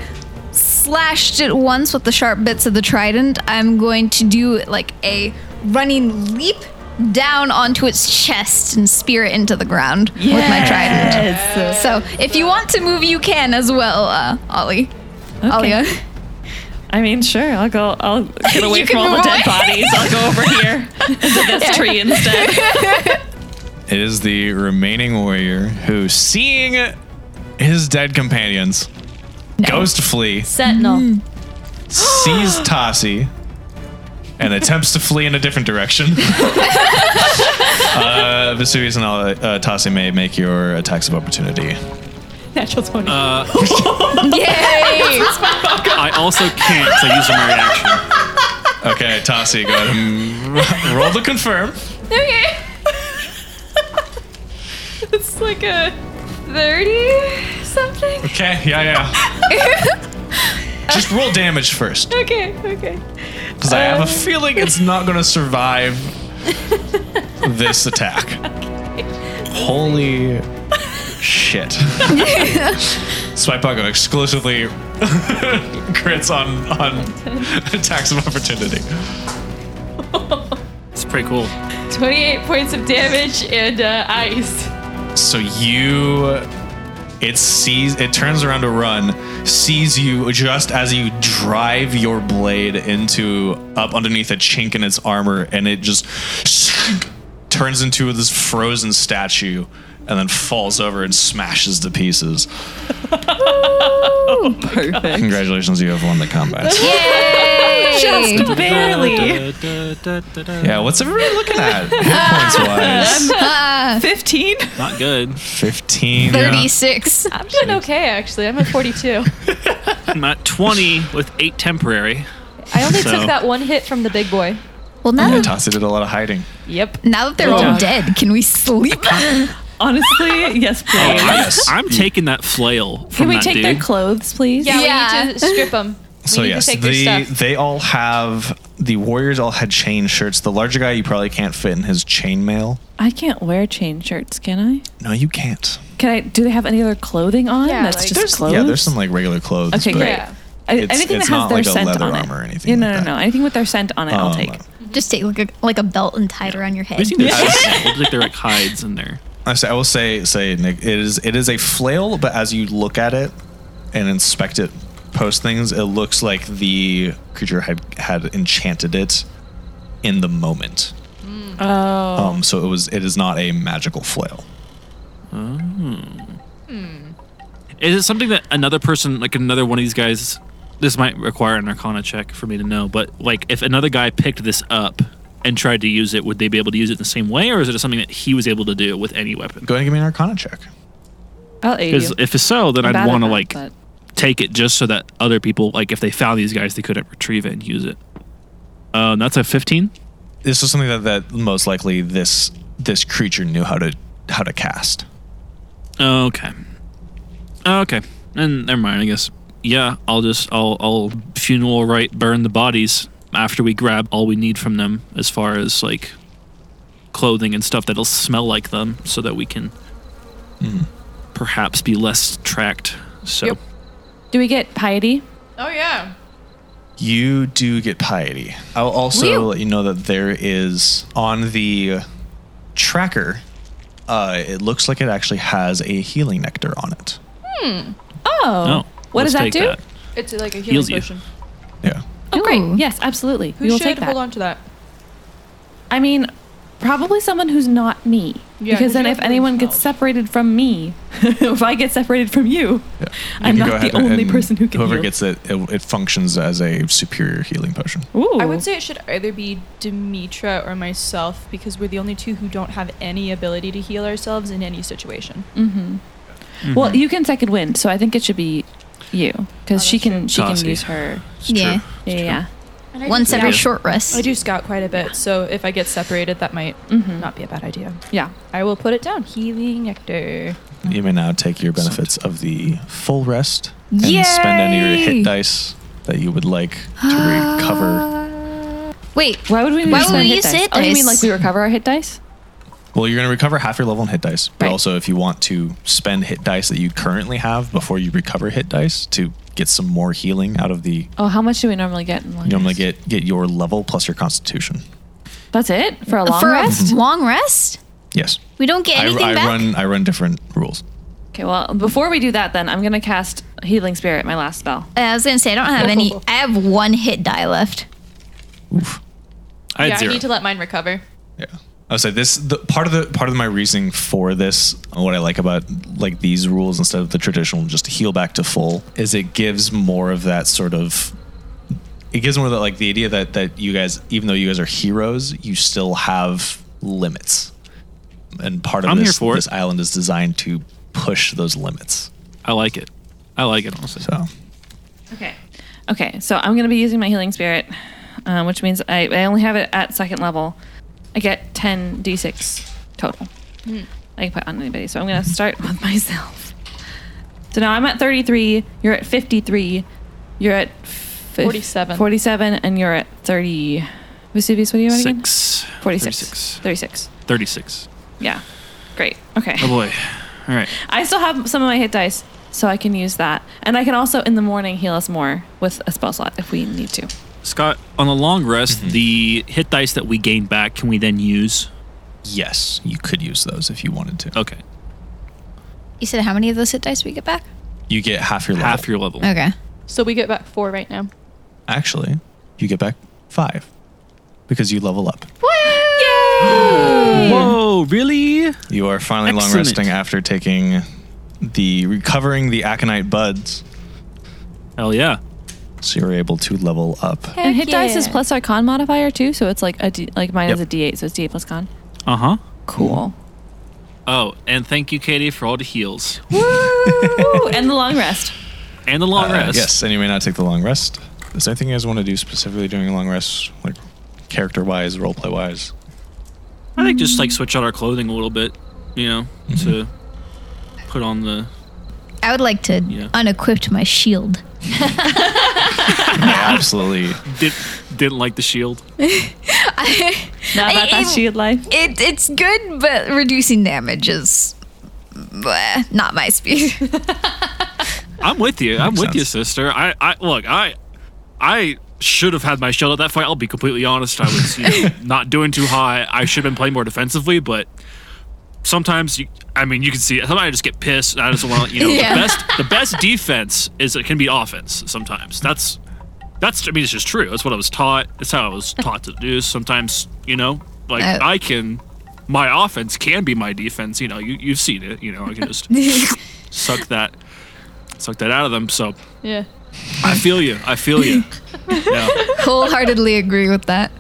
S7: slashed it once with the sharp bits of the trident, I'm going to do like a running leap down onto its chest and spear it into the ground with my trident. So if you want to move, you can as well, uh, Ollie.
S6: Oh,
S7: Olia.
S2: I mean, sure. I'll go. I'll get
S7: You
S2: away
S7: can
S2: from all the
S7: move
S2: dead
S7: away.
S2: bodies. I'll go over here into this tree instead.
S4: kill. It is the remaining warrior who, seeing his dead companions, goes to flee,
S6: Sentinel.
S4: sees Tassi, and attempts to flee in a different direction. uh, Vesuvius and Al- uh, Tasi may make your attacks of opportunity.
S6: Natural 20.
S4: Uh,
S7: Yay!
S8: I also can't because I used my reaction.
S4: Okay, Tasi, go ahead and roll the confirm.
S6: okay. it's like a 30 something.
S4: Okay, yeah, yeah. Just roll damage first,
S6: Okay, okay.
S4: because I have a feeling it's not going to survive this attack. Holy shit. Swipeago exclusively crits on, on attacks of opportunity.
S8: It's pretty cool.
S6: 28 points of damage and uh, ice.
S4: So you, it sees, it turns around to run, sees you just as you drive your blade into up underneath a chink in its armor, and it just turns into this frozen statue, and then falls over and smashes to pieces.
S2: Perfect.
S4: Congratulations, you have won the combat.
S7: Yay!
S2: Just barely.
S4: yeah, what's everybody looking at? Points wise,
S7: Ah,
S2: 15.
S8: Not good.
S4: fifteen. yeah.
S7: 36.
S6: I'm doing okay, actually. I'm at 42.
S8: I'm at 20 with eight temporary.
S6: I only
S8: So-
S6: took that one hit from the big boy.
S7: Well, now,
S4: Yeah,
S7: that,
S4: Tassi did a lot of hiding.
S6: Yep.
S7: now that they're all dead, can we sleep?
S2: Honestly, yes,
S4: Oh,
S2: please.
S4: Yes.
S8: I'm taking that flail from
S2: Can we
S8: that
S2: take
S8: dude.
S2: their clothes, please?
S6: Yeah,
S7: Yeah.
S6: we need to strip them.
S4: So
S6: we need
S4: yes,
S6: to take their
S4: the,
S6: stuff.
S4: they all have the warriors all had chain shirts. The larger guy you probably can't fit in his chainmail.
S2: I can't wear chain shirts, can I?
S4: No, you can't.
S2: Can I? Do they have any other clothing on?
S6: Yeah,
S2: that's
S6: like-
S2: just clothes.
S4: Yeah, there's some like regular clothes.
S2: Okay,
S4: but
S2: great.
S6: Yeah.
S2: I-
S4: It's-
S2: anything
S4: it's not
S2: that has their
S4: like a
S2: scent
S4: leather
S2: on
S4: armor or
S2: it.
S4: anything
S2: Yeah, no,
S4: like
S2: no,
S4: that.
S2: no. Anything with their scent on it, I'll
S4: um,
S2: take.
S7: Just take like a, like a belt and tie it around your head.
S8: I think there's I think there are like hides in there.
S4: I, say, I will say, say Nick, it is it is a flail, but as you look at it and inspect it, post things, it looks like the creature had had enchanted it in the moment.
S2: Oh,
S4: Um, so it was it is not a magical flail.
S8: Is it something that another person, like another one of these guys, this might require an arcana check for me to know, but like if another guy picked this up and tried to use it, would they be able to use it in the same way, or is it something that he was able to do with any weapon?
S4: Go ahead and give me an Arcana check.
S2: I'll aid
S8: Because
S2: you.
S8: if so, then
S2: Bad
S8: I'd want to
S2: enough,
S8: like
S2: but-
S8: take it just so that other people, like if they found these guys, they couldn't retrieve it and use it. Um, that's a 15.
S4: this was something that, that most likely this this creature knew how to how to cast.
S8: Okay. Okay. And never mind, I guess. Yeah, I'll just I'll I'll funeral right burn the bodies after we grab all we need from them as far as like clothing and stuff that'll smell like them so that we can perhaps be less tracked. So
S6: Yep.
S2: do we get piety?
S6: Oh, yeah.
S4: You do get piety. I'll also let you know that there is on the tracker. Uh, it looks like it actually has a healing nectar on it.
S2: Oh,
S8: no.
S2: what
S8: let's
S2: does that
S8: take
S2: do?
S6: It's like a
S8: Heals
S6: healing
S8: you.
S6: potion.
S4: Yeah.
S2: Oh, great.
S7: Ooh.
S2: Yes, absolutely.
S6: Who
S2: we will
S6: should
S2: take that.
S6: hold on to that?
S2: I mean, probably someone who's not me.
S6: Yeah, 'cause
S2: because then
S6: you
S2: if
S6: have really
S2: anyone gets
S6: smelled.
S2: separated from me, if I get separated from you,
S4: yeah. You
S2: I'm
S4: can
S2: not
S4: go ahead
S2: the
S4: and-
S2: only
S4: and
S2: person who can
S4: Whoever
S2: heal.
S4: gets it, it, it functions as a superior healing potion.
S2: Ooh.
S6: I would say it should either be Demetra or myself because we're the only two who don't have any ability to heal ourselves in any situation.
S2: Mm-hmm.
S8: Mm-hmm.
S4: Mm-hmm.
S2: Well, you can second wind, so I think it should be you because
S6: Oh,
S2: she can she
S8: Saucy.
S2: can use her.
S8: It's true.
S7: yeah.
S2: Yeah, yeah.
S7: Once every
S8: Yeah.
S7: short rest.
S6: I do scout quite a bit, so if I get separated, that might not be a bad idea.
S2: Mm-hmm. Yeah.
S6: I will put it down. Healing nectar.
S4: You may now take your benefits of the full rest and spend any of your
S7: Yay!
S4: hit dice that you would like to
S2: Ah.
S4: recover.
S7: Wait,
S2: Why would we?
S7: Why
S2: use
S7: would
S2: our
S7: we
S2: hit
S7: use
S2: dice?
S7: hit
S2: Oh, you
S7: dice?
S2: mean like we recover our hit dice?
S4: Well, you're going to recover half your level in hit dice, but
S2: Right.
S4: also if you want to spend hit dice that you currently have before you recover hit dice to get some more healing out of the,
S2: Oh, how much do we normally get? In long
S4: you normally
S2: rest?
S4: get get your level plus your constitution.
S2: That's it for a long
S7: for
S2: rest.
S7: a long rest?
S4: Yes,
S7: We don't get
S4: I,
S7: anything
S4: I
S7: back?
S4: run I run different rules.
S2: Okay. Well, before we do that, then I'm gonna cast Healing Spirit, my last spell.
S7: Uh, I was going to say, I don't have any. I have one hit die left.
S8: I had
S6: Yeah,
S8: zero.
S6: I need to let mine recover.
S4: Yeah. I would say this the part of the part of my reasoning for this, what I like about like these rules instead of the traditional just heal back to full, is it gives more of that sort of it gives more that like the idea that that you guys, even though you guys are heroes, you still have limits, and part of
S8: I'm here
S4: this
S8: for it.
S4: this island is designed to push those limits.
S8: I like it. I like it honestly.
S4: So
S2: Okay. Okay, so I'm going to be using my healing spirit, um, which means I, I only have it at second level. I get 10 d6 total. I can put on anybody, so I'm going to start with myself. So now I'm at 33, you're at 53, you're at fif-
S6: 47.
S2: 47, and you're at 30. Vesuvius, what are you at again?
S8: Six.
S2: 46. 36.
S8: 36.
S2: Yeah. Great. Okay.
S8: Oh boy. All right.
S2: I still have some of my hit dice, so I can use that. And I can also, in the morning, heal us more with a spell slot if we need to.
S8: Scott, on the long rest, the hit dice that we gain back, can we then use?
S4: yes, you could use those if you wanted to.
S8: Okay.
S7: You said how many of those hit dice we get back?
S4: You get half your level.
S8: Half your level.
S7: Okay.
S6: So we get back four right now.
S4: Actually, you get back five because you level up.
S8: Whoa, really?
S4: You are finally long
S8: Excellent.
S4: resting after taking the recovering the aconite buds,
S8: Hell yeah.
S4: so you're able to level up.
S2: and hit dice is plus our con modifier too, so it's like a D, like mine is a
S4: Yep.
S2: D8, so it's D8 plus con.
S8: Uh huh.
S2: Cool.
S8: Oh, and thank you, Katie, for all the heals
S2: Woo! and the long rest.
S8: and the long
S4: Uh,
S8: rest.
S4: Yes, and you may not take the long rest. Is there anything you guys want to do specifically during a long rest, like character wise, roleplay wise?
S8: I think just like switch out our clothing a little bit, you know, to put on the.
S7: I would like to
S8: Yeah.
S7: unequip my shield.
S4: Absolutely.
S8: Did, didn't like the shield.
S2: Not about that shield life.
S7: It it's good, but reducing damage is bleh, not my speed.
S8: I'm with you. I'm
S4: Makes
S8: with you,
S4: sense.
S8: sister. I, I look. I, I should have had my shield at that fight. I'll be completely honest. I was you know, not doing too high. I should have been playing more defensively, but sometimes you. I mean, you can see. it. Sometimes I just get pissed. And I just want to, you know,
S7: Yeah.
S8: the best. The best defense is it can be offense. Sometimes that's. That's. I mean, it's just true. That's what I was taught. It's how I was taught to do. Sometimes, you know, like
S7: Uh,
S8: I can. My offense can be my defense. You know, you you've seen it. You know, I can just suck that, suck that out of them. So
S6: Yeah.
S8: I feel you. I feel you. Yeah.
S7: Wholeheartedly agree with that.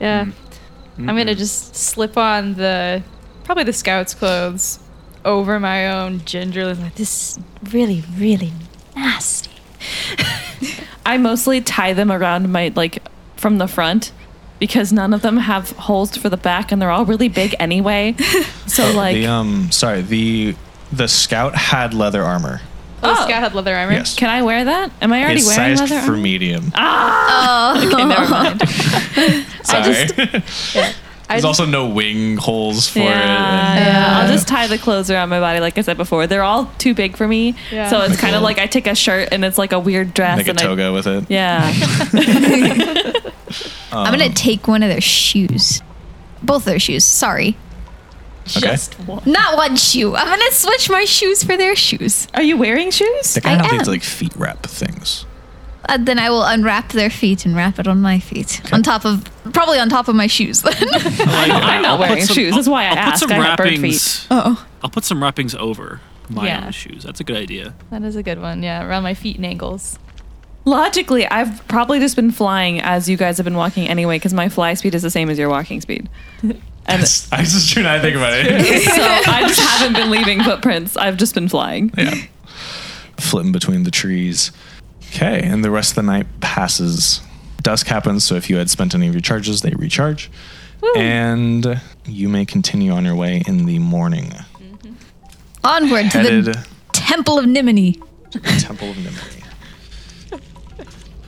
S6: Yeah.
S2: Mm-hmm.
S6: I'm gonna just slip on the probably the scout's clothes over my own gingerly like this is really, really nasty.
S2: I mostly tie them around my like from the front because none of them have holes for the back, and they're all really big anyway. So like,
S4: the um, sorry, the the scout had leather armor.
S6: Oh, the scout had leather armor.
S4: Yes,
S2: can I wear that? Am I already
S4: it's
S2: wearing
S4: sized
S2: leather?
S4: for
S2: armor? Ah,
S4: medium.
S2: Okay, never mind.
S4: sorry,
S6: I
S4: there's
S6: just-
S4: also no wing holes for
S2: Yeah,
S4: it. and-
S2: yeah. I'll just tie the clothes around my body, like I said before. They're all too big for me,
S6: Yeah.
S2: so it's
S4: Like
S2: kind
S4: a-
S2: of like I take a shirt and it's like a weird dress.
S4: Make a
S2: and I-
S4: toga with it.
S2: yeah,
S7: I'm
S4: Um.
S7: gonna take one of their shoes. Both their shoes, sorry.
S4: Okay.
S7: Not one shoe. I'm gonna switch my shoes for their shoes.
S2: are you wearing shoes?
S4: They kind
S7: I
S4: of have these
S7: am.
S4: like feet wrap things.
S7: And Uh, then I will unwrap their feet and wrap it on my feet. On top of probably on top of my shoes then.
S2: I'm not wearing shoes. That's why I asked. I have bird feet.
S7: oh.
S8: I'll put some wrappings over my
S6: Yeah.
S8: own shoes. That's a good idea.
S6: That is a good one, yeah. Around my feet and ankles.
S2: Logically, I've probably just been flying as you guys have been walking anyway, because my fly speed is the same as your walking speed. And so
S4: I was just trying to think about it.
S2: I just haven't been leaving footprints. I've just been flying.
S4: yeah, flitting between the trees. Okay, and the rest of the night passes. Dusk happens, so if you had spent any of your charges, they recharge, and you may continue on your way in the morning,
S7: Onward to
S4: headed
S7: the Temple of Nimini.
S4: Temple of Nimini.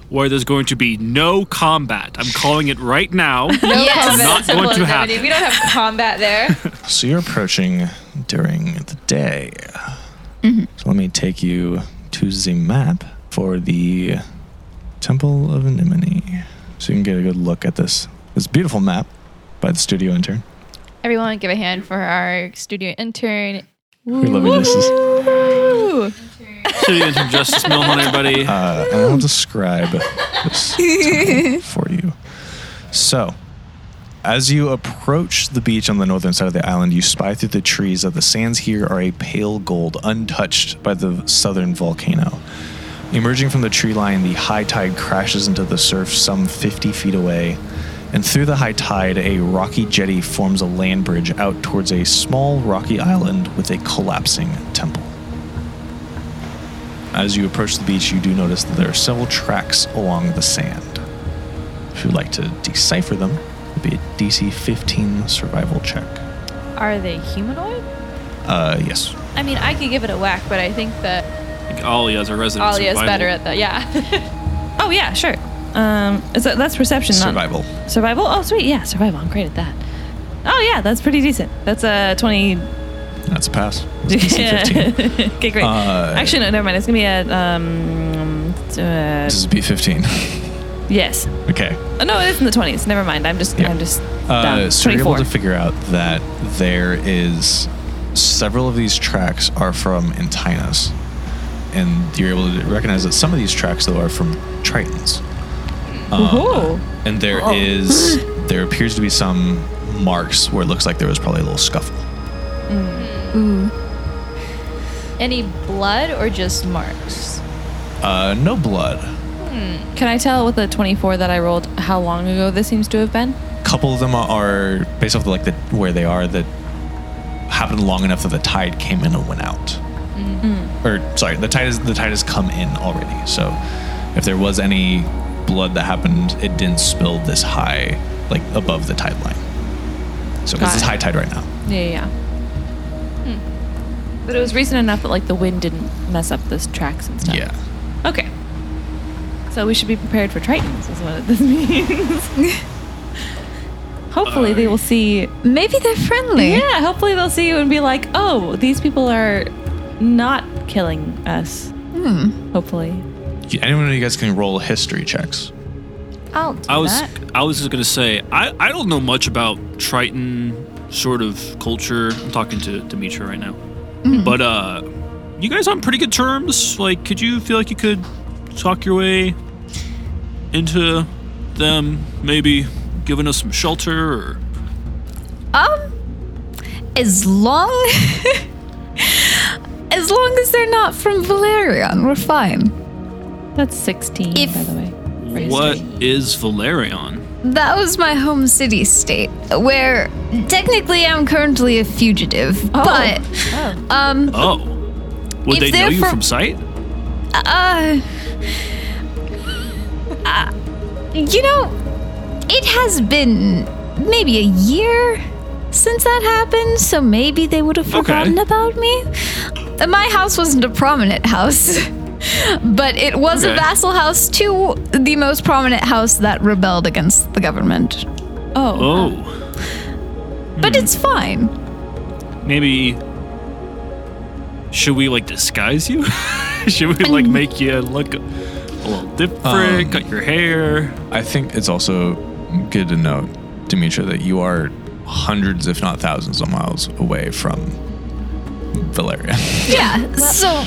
S8: Where there's going to be no combat. I'm calling it right now.
S7: yes.
S8: combat. Not going to happen.
S6: We don't have combat there.
S4: So you're approaching during the day. So let me take you to the map for the Temple of Nimini, so you can get a good look at this this beautiful map by the studio intern.
S6: Everyone give a hand for our studio intern.
S4: We love you, this is-
S8: Shooting in from Justice Mill on everybody.
S4: Uh, and I'll describe this temple for you. So, as you approach the beach on the northern side of the island, you spy through the trees that the sands here are a pale gold, untouched by the southern volcano. Emerging from the tree line, the high tide crashes into the surf some 50 feet away, and through the high tide, a rocky jetty forms a land bridge out towards a small rocky island with a collapsing temple. As you approach the beach, you do notice that there are several tracks along the sand. If you'd like to decipher them, it'd be a DC 15 survival check.
S6: Are they humanoid?
S4: Uh, yes.
S6: I mean, I could give it a whack, but I think that
S8: I think Ollie as a resident.
S6: Alia's
S8: survival.
S6: better at that. Yeah.
S2: Oh yeah, sure. Um, is that that's perception? not-
S4: Survival.
S2: survival. Oh sweet, yeah, survival. I'm great at that. Oh yeah, that's pretty decent. That's a twenty.
S4: That's a pass.
S2: Yeah.
S4: DC 15.
S2: okay, great.
S4: Uh,
S2: Actually, no, never mind. It's gonna be a um. Uh,
S4: This is B15.
S2: yes.
S4: okay.
S2: Oh, no, it is in the twenties. Never mind. I'm just.
S4: Yeah.
S2: I'm just.
S4: Uh,
S2: down.
S4: so you're able to
S2: Twenty-four.
S4: figure out that there is several of these tracks are from Antinus, and you're able to recognize that some of these tracks though are from Tritons,
S2: Ooh.
S4: and there is there appears to be some marks where it looks like there was probably a little scuffle.
S6: Any blood or just marks?
S4: Uh, no blood.
S2: Can I tell with the twenty-four that I rolled how long ago this seems to have been?
S4: couple of them are based off of like the where they are that happened long enough that the tide came in and went out.
S2: Mm-hmm.
S4: Or sorry, the tide is the tide has come in already. So if there was any blood that happened, it didn't spill this high, like above the tide line. So
S2: Got
S4: because it's
S2: it.
S4: high tide right now.
S2: Yeah, yeah. yeah. But it was recent enough that like the wind didn't mess up the tracks and stuff.
S4: Yeah.
S2: Okay. So we should be prepared for Tritons, is what this means. hopefully they will see.
S7: Maybe they're friendly.
S2: Yeah, hopefully they'll see you and be like, oh, these people are not killing us. Hmm. Hopefully.
S4: Anyone of you guys can roll history checks.
S7: I'll do
S8: I was
S7: that.
S8: I was just gonna say I, I don't know much about Triton sort of culture. I'm talking to Demetra right now,
S7: Mm.
S8: but uh, you guys on pretty good terms. Like, could you feel like you could talk your way into them, maybe giving us some shelter or
S7: Um, as long as long as they're not from Valerian, we're fine.
S2: That's 16,
S7: If-
S2: by the way.
S8: what is Valerion?
S7: That was my home city state, where technically I'm currently a fugitive, but um,
S8: Oh, would
S7: If
S8: they know
S7: they're
S8: you
S7: from-
S8: from sight?
S7: uh, uh, you know, it has been maybe a year since that happened, so maybe they would have forgotten about me. Uh, My house wasn't a prominent house, but it was a
S8: Okay.
S7: vassal house to the most prominent house that rebelled against the government.
S8: Oh,
S7: But it's fine.
S8: maybe. Should we like disguise you? Should we like make you look a little different?
S4: Um,
S8: cut your hair.
S4: I think it's also good to note, Demetra, that you are hundreds, if not thousands, of miles away from Valeria.
S7: Yeah, so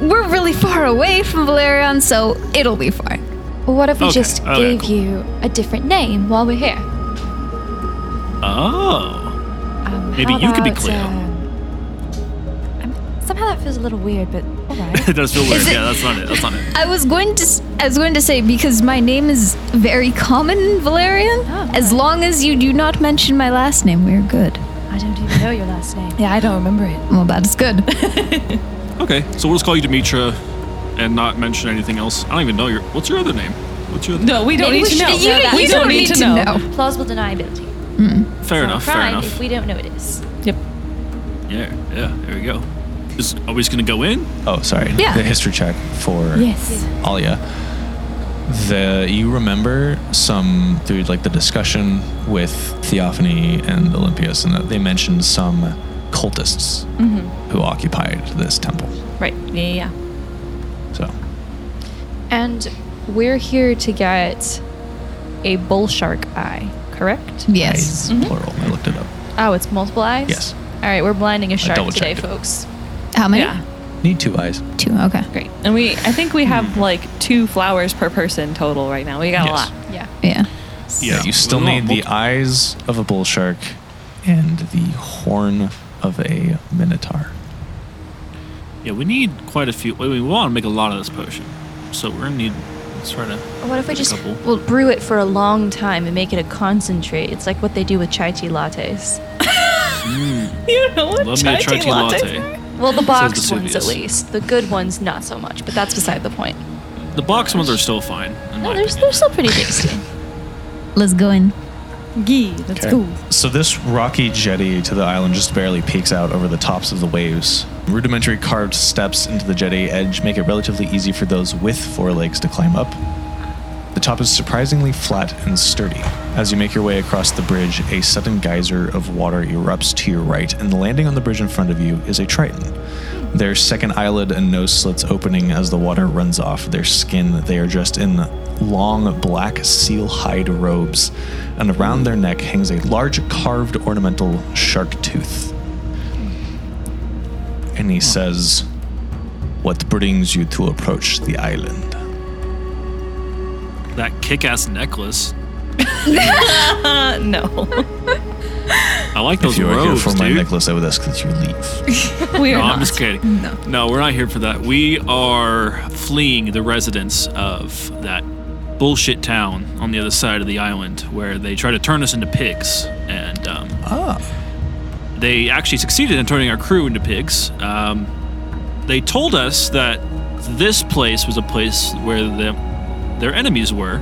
S7: we're really far away from Valerian, so it'll be fine.
S13: What if we
S8: Okay,
S13: just
S8: okay,
S13: gave
S8: cool.
S13: you a different name while we're here?
S8: Oh,
S13: Um,
S8: Maybe
S13: how
S8: you could be
S13: about,
S8: Cleo.
S13: um, I'm- somehow that feels a little weird, but all right.
S8: it does feel weird.
S7: it-
S8: Yeah, that's not it. That's not it.
S7: I was going to s- I was going to say because my name is very common in Valerian.
S13: Oh,
S7: as
S13: okay.
S7: long as you do not mention my last name, we're good.
S13: I don't even know your last name.
S7: Yeah, I don't remember it. Well, that is good.
S8: Okay, so we'll just call you Demetra, and not mention anything else. I don't even know your. What's your other name? What's your? Other
S2: No, we don't
S7: Maybe we
S2: need to know.
S7: should- you-
S2: No,
S7: you
S2: we don't need to know.
S13: Plausible deniability.
S8: Fair enough. Fair
S13: Crime
S8: enough.
S13: if we don't know it is.
S8: yeah, yeah. There we go. Is, are we just gonna go in?
S4: Oh, sorry.
S7: Yeah.
S4: The history check for
S13: Yes.
S4: Alia. The you remember some through like the discussion with Theophany and Olympias, and that they mentioned some cultists who occupied this temple.
S2: Right. Yeah, yeah,
S4: So
S6: And we're here to get a bull shark eye, correct?
S7: yes.
S4: I- plural. I looked it up.
S6: Oh, it's multiple eyes?
S4: Yes.
S6: All right, we're blinding a shark today,
S4: double-checked it.
S6: folks.
S7: How many?
S2: Yeah.
S4: Need two eyes.
S7: Two. Okay.
S2: Great. And we, I think we have like two flowers per person total right now. We got
S4: Yes.
S2: a lot.
S6: Yeah.
S7: Yeah.
S4: Yeah, you still need the eyes of a bull shark and the horn of a minotaur.
S8: Yeah, we need quite a few. I mean, we want to make a lot of this potion, so we're gonna need. Let's try to.
S6: What if we just
S8: couple.
S6: well brew it for a long time and make it a concentrate? It's like what they do with chai tea lattes.
S12: You know what?
S8: Mm. Love me a chai tea latte.
S6: Well, the boxed ones at
S8: Vesuvius.
S6: least. The good ones, not so much. But that's beside the point.
S8: The box ones are still fine. in
S6: No,
S8: my
S6: they're,
S8: opinion.
S6: they're still pretty tasty.
S7: Let's go in.
S12: Gee, let's go.
S4: So this rocky jetty to the island just barely peeks out over the tops of the waves. Rudimentary carved steps into the jetty edge make it relatively easy for those with four legs to climb up. The top is surprisingly flat and sturdy. As you make your way across the bridge, a sudden geyser of water erupts to your right, and landing on the bridge in front of you is a triton. Their second eyelid and nose slits opening as the water runs off their skin. They are dressed in long black seal hide robes, and around their neck hangs a large carved ornamental shark tooth. And he says, What brings you to approach the island?
S8: That kick-ass necklace.
S12: Uh, no.
S8: I like those
S4: If you are here
S8: robes,
S4: for my
S8: dude.
S4: necklace, I would ask that you leave.
S12: We are
S8: No, I'm
S12: not.
S8: just kidding. No. we're not here for that. We are fleeing the residents of that bullshit town on the other side of the island where they try to turn us into pigs. And um,
S2: Ah.
S8: they actually succeeded in turning our crew into pigs. Um, they told us that this place was a place where the, their enemies were.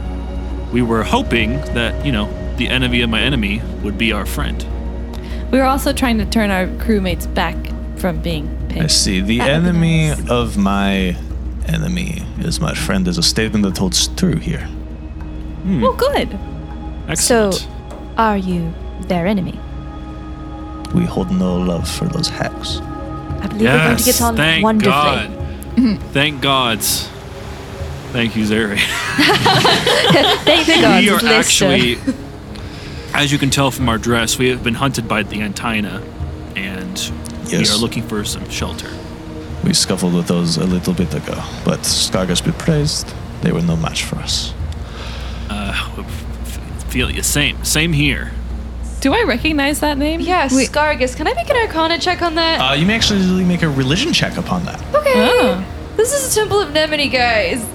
S8: We were hoping that, you know, the enemy of my enemy would be our friend.
S2: We were also trying to turn our crewmates back from being
S4: I
S2: pigs.
S4: see. The
S2: That would be
S4: enemy
S2: nice.
S4: of my enemy is my friend, is a statement that holds true here.
S12: Well, good.
S8: Excellent.
S6: So, are you their enemy?
S4: We hold no love for those hacks.
S6: I believe we're going to get on
S8: thank
S6: wonderfully.
S8: God. thank gods. Thank you, Zeri.
S6: Thank the gods.
S8: we are
S6: it's Lister.
S8: actually, as you can tell from our dress, we have been hunted by the Antina, and we
S4: Yes.
S8: are looking for some shelter.
S4: We scuffled with those a little bit ago, but Skargas be praised, they were no match for us.
S8: Uh, f- f- feel you same, same here.
S2: Do I recognize that name?
S6: Yeah, Scargus. Can I make an Arcana check on that?
S4: Uh, you may actually make a religion check upon that.
S6: okay.
S2: Oh.
S6: This is a Temple of Nemini, guys.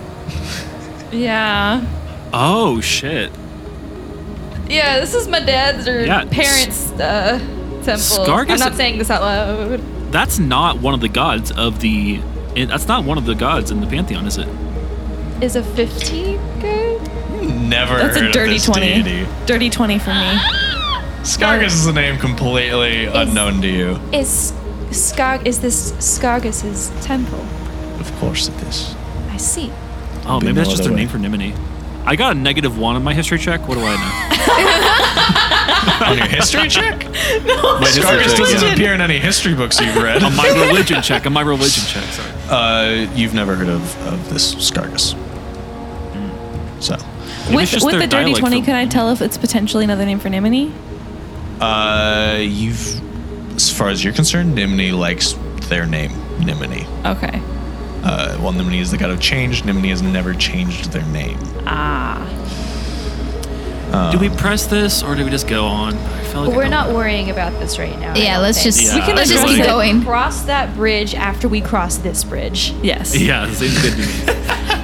S2: Yeah.
S8: Oh shit!
S6: Yeah, this is my dad's or
S8: Yeah, s-
S6: parents' uh, temple.
S8: Scargus-
S6: I'm not saying this out loud.
S8: That's not one of the gods of the. it- That's not one of the gods in the pantheon, is it?
S6: Is a 15 good?
S4: Never
S2: That's a
S4: heard
S2: dirty
S4: of this
S2: 20.
S4: deity.
S2: Dirty 20 for me.
S4: Skargas is a name completely unknown to you.
S6: Is Skar is this Scargus's temple?
S4: Of course it is.
S6: I see.
S8: Oh,
S4: Be
S8: maybe that's
S4: no
S8: just
S4: other
S8: their
S4: way.
S8: name for Nimini. I got a negative one on my history check. What do I know?
S4: On your history check? no, Skargas
S8: check,
S4: doesn't
S8: yeah.
S4: appear in any history books you've read.
S8: on my religion check. On my religion check. Sorry.
S4: Uh, you've never heard of, of this Skargas. So,
S8: Maybe it's
S2: with
S8: just
S2: with
S8: their
S2: the dirty
S8: dialect
S2: 20,
S8: for-
S2: can I tell if it's potentially another name for Nimini?
S4: uh, you've, as far as you're concerned, Nimini likes their name, Nimini.
S2: Okay.
S4: Uh, while Nimini is the god of change, Nimini has never changed their name.
S8: Do we press this or do we just go on? I feel like I
S6: We're
S8: don't-
S6: not worrying about this right now.
S7: Yeah, let's just
S8: Yeah. We can
S7: let's just
S8: address
S7: keep
S8: it.
S7: going.
S6: cross that bridge after we cross this bridge.
S2: Yes.
S8: Yeah, it seems good to me.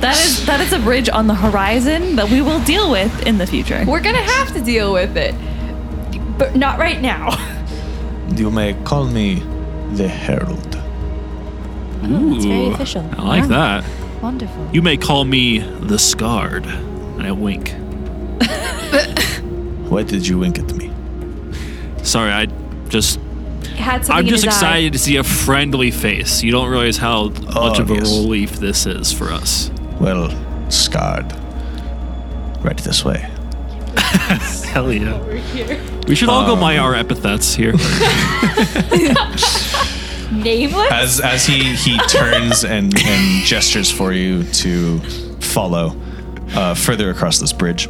S2: That is that is a bridge on the horizon that we will deal with in the future.
S6: We're gonna have to deal with it, but not right now.
S4: You may call me the Herald.
S8: Ooh,
S6: it's very official.
S8: I like that.
S6: Wonderful.
S8: You may call me the Scarred, and I wink.
S4: Why did you wink at me?
S8: Sorry, I just.
S6: Had something
S8: I'm
S6: in
S8: just
S6: his eye.
S8: excited to see a friendly face. You don't realize how much of a
S4: yes.
S8: relief this is for us.
S4: Well, scarred. Right this way.
S8: Hell yeah. Um. We should all go by our epithets here.
S6: Nameless.
S4: As as he he turns and and gestures for you to follow uh, further across this bridge.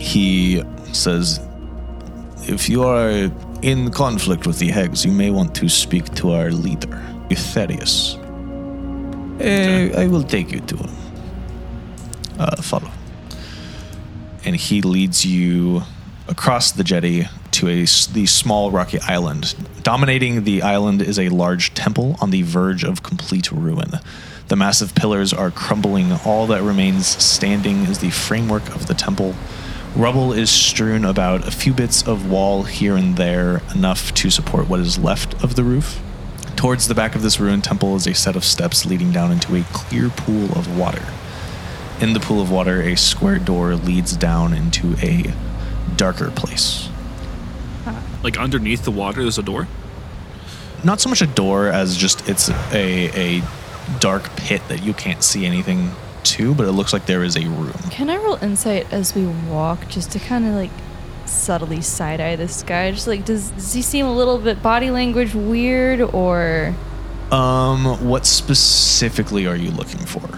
S4: He says, "If you are in conflict with the Hags, you may want to speak to our leader, Eutherius. Eh, I will take you to him. Uh, follow." And he leads you across the jetty to a s- the small rocky island. Dominating the island is a large temple on the verge of complete ruin. The massive pillars are crumbling. All that remains standing is the framework of the temple. Rubble is strewn about, a few bits of wall here and there, enough to support what is left of the roof. Towards the back of this ruined temple is a set of steps leading down into a clear pool of water. In the pool of water, a square door leads down into a darker place.
S8: Like underneath the water, there's a door.
S4: Not so much a door as just it's a, a dark pit that you can't see anything to, but it looks like there is a room.
S6: Can I roll insight as we walk just to kind of like subtly side eye this guy? Just like, does, does he seem a little bit body language weird or
S4: Um, what specifically are you looking for?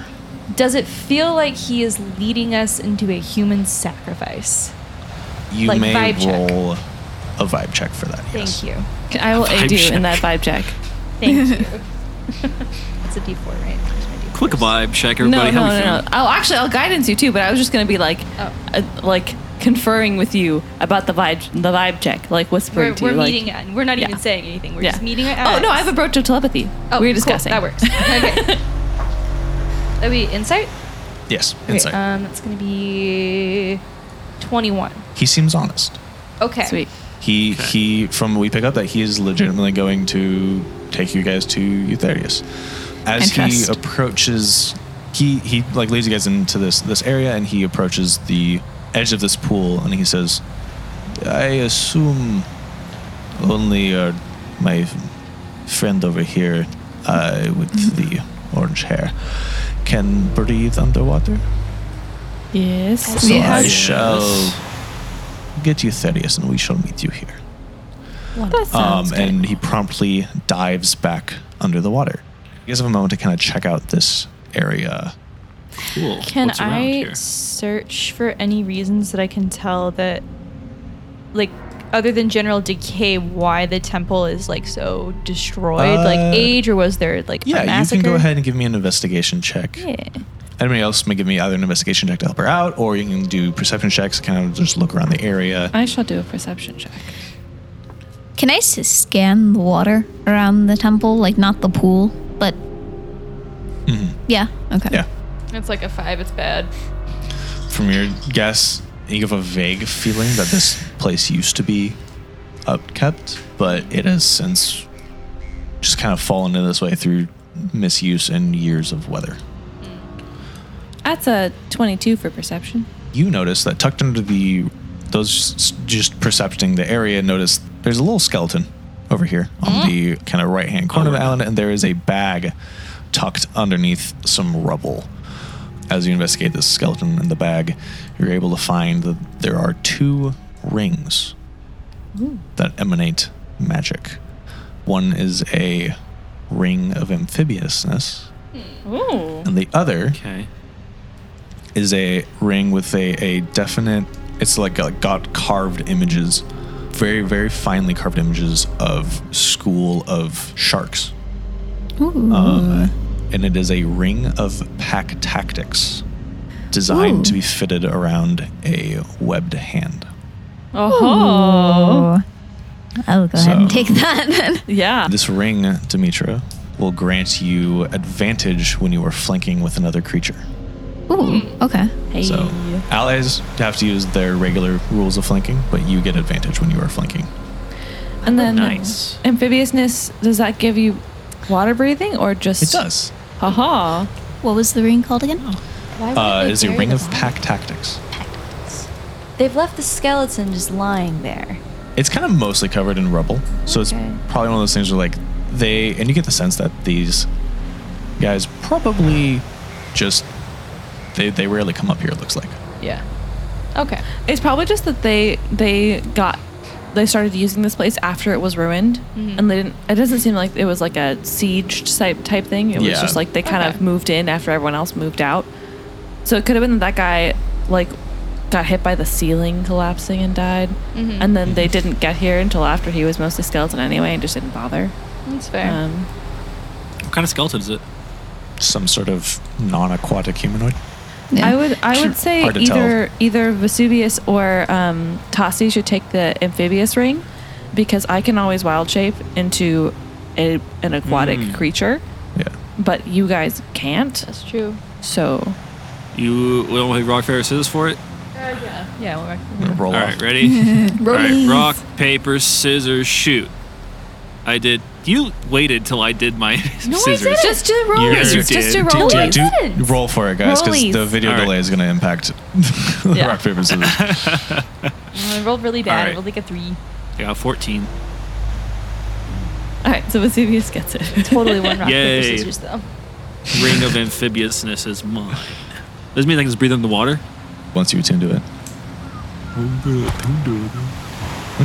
S6: does it feel like he is leading us into a human sacrifice?
S4: You
S6: Like
S4: may
S6: vibe check.
S4: roll a vibe check for that. yes.
S6: Thank you.
S2: I will
S8: Vibe
S2: aid you
S8: check.
S2: in that vibe check.
S6: Thank you. That's a d4, right? Where's my d4?
S8: Quick vibe check,
S2: No,
S8: everybody.
S2: no,
S8: How we
S2: no, no.
S8: feeling?
S2: Oh, actually, I'll guidance you too, but I was just gonna be like,
S6: Oh.
S2: uh, like conferring with you about the vibe, the vibe check, like whispering
S6: We're,
S2: to
S6: we're
S2: you. like-
S6: meeting at, we're not
S2: yeah.
S6: even saying anything. We're
S2: yeah.
S6: just meeting at
S2: Oh no, I have
S6: Alex.
S2: a brooch of telepathy.
S6: Oh,
S2: we
S6: cool.
S2: were discussing
S6: That works. Okay. That'd be insight?
S4: Yes,
S6: Okay,
S4: insight.
S6: um, it's going to be 21.
S4: he seems honest.
S6: Okay.
S2: Sweet.
S4: He he from we pick up that he is legitimately going to take you guys to Eutherius. As
S2: And
S4: he
S2: trust.
S4: approaches he he like leads you guys into this this area and he approaches the edge of this pool and he says I assume only uh, my friend over here uh, with the orange hair can breathe underwater.
S2: Yes.
S4: So I
S7: Yes.
S4: shall get you Thaddeus, and we shall meet you here. Um, and he promptly dives back under the water. You guys have a moment to kind of check out this area.
S8: Cool.
S6: Can
S8: What's around
S6: I
S8: here?
S6: search for any reasons that I can tell that, like, other than general decay, why the temple is like so destroyed?
S4: Uh,
S6: like age, or was there like a
S4: Yeah, you
S6: massacre?
S4: can go ahead and give me an investigation check.
S6: Yeah.
S4: Anybody else may give me either an investigation check to help her out, or you can do perception checks, kind of just look around the area.
S2: I shall do a perception check.
S7: Can I s- scan the water around the temple? Like, not the pool, but.
S8: Mm-hmm.
S7: Yeah. Okay.
S4: yeah.
S6: It's like a five. It's bad.
S4: From your guess, you have a vague feeling that this place used to be upkept, but it has since just kind of fallen in this way through misuse and years of weather.
S2: That's a 22 for perception.
S4: You notice that tucked under the those s- just percepting the area, notice there's a little skeleton over here on the kind of right hand corner of the island, and there is a bag tucked underneath some rubble. As you investigate this skeleton in the bag, you're able to find that there are two rings that emanate magic. One is a ring of amphibiousness, and the other
S8: Okay.
S4: is a ring with a, a definite it's like a, got carved images very very finely carved images of school of sharks Um, and it is a ring of pack tactics designed to be fitted around a webbed hand
S7: Oh. I'll go ahead and
S4: So-
S7: take that then.
S2: Yeah.
S4: this ring dimitra will grant you advantage when you are flanking with another creature
S7: Ooh. Okay.
S4: so allies have to use their regular rules of flanking but you get advantage when you are flanking
S2: And then
S8: Nice.
S2: amphibiousness, does that give you water breathing or just
S4: it does
S2: Haha.
S7: What was the ring called again?
S4: uh, is a ring of pack tactics.
S13: They've left the skeleton just lying there.
S4: It's kind of mostly covered in rubble, so it's
S13: Okay.
S4: probably one of those things where like they and you get the sense that these guys probably just they they rarely come up here. It looks like
S6: Yeah. Okay.
S2: It's probably just that they they got they started using this place after it was ruined
S6: Mm-hmm.
S2: and they didn't it doesn't seem like it was like a sieged type type thing. It
S4: Yeah.
S2: was just like they kind of
S6: Okay.
S2: moved in after everyone else moved out. So it could have been that that guy like got hit by the ceiling collapsing and died.
S6: Mm-hmm.
S2: And then they didn't get here until after he was mostly skeleton anyway and just didn't bother.
S6: That's fair.
S2: Um,
S8: What kind of skeleton is it?
S4: some sort of non-aquatic humanoid.
S7: Yeah.
S2: I would I would say
S4: Hard to
S2: either either Vesuvius or um, Tassi should take the amphibious ring because I can always wild shape into a, an aquatic creature,
S4: Hmm. Yeah.
S2: but you guys can't.
S6: That's true.
S2: So
S8: You we don't have rock paper scissors for it.
S6: Yeah, well,
S4: I'm gonna roll
S8: All
S4: off.
S8: right, ready? All right, rock paper scissors shoot. I did. You waited till I did my scissors.
S2: just do roll.
S4: Yes, you
S2: just
S8: did.
S2: do roll.
S4: Yeah, do roll for it, guys, because
S2: Rollies.
S4: the video
S8: All right.
S4: delay is going to impact the
S6: Yeah.
S4: rock paper scissors.
S6: I rolled really bad. I
S8: Alright.
S6: rolled like a three.
S8: I got 14.
S2: All right, so Vesuvius gets it.
S6: Totally one rock paper
S8: Yay.
S6: scissors though.
S8: Ring of amphibiousness is mine. Doesn't mean I can just breathe in the water.
S4: Once you attend to it,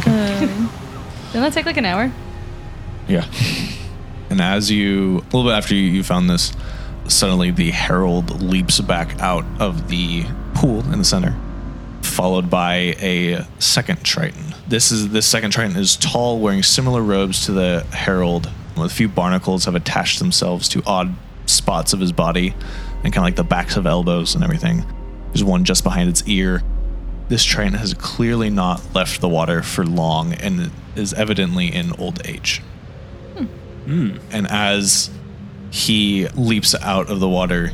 S6: Didn't that take like an hour?
S4: yeah. And as you, a little bit after you, you found this, suddenly the herald leaps back out of the pool in the center, followed by a second triton. This is this second triton is tall, wearing similar robes to the herald. A few barnacles have attached themselves to odd spots of his body, and kind of like the backs of elbows and everything. There's one just behind its ear. This train has clearly not left the water for long and is evidently in old age. And as he leaps out of the water,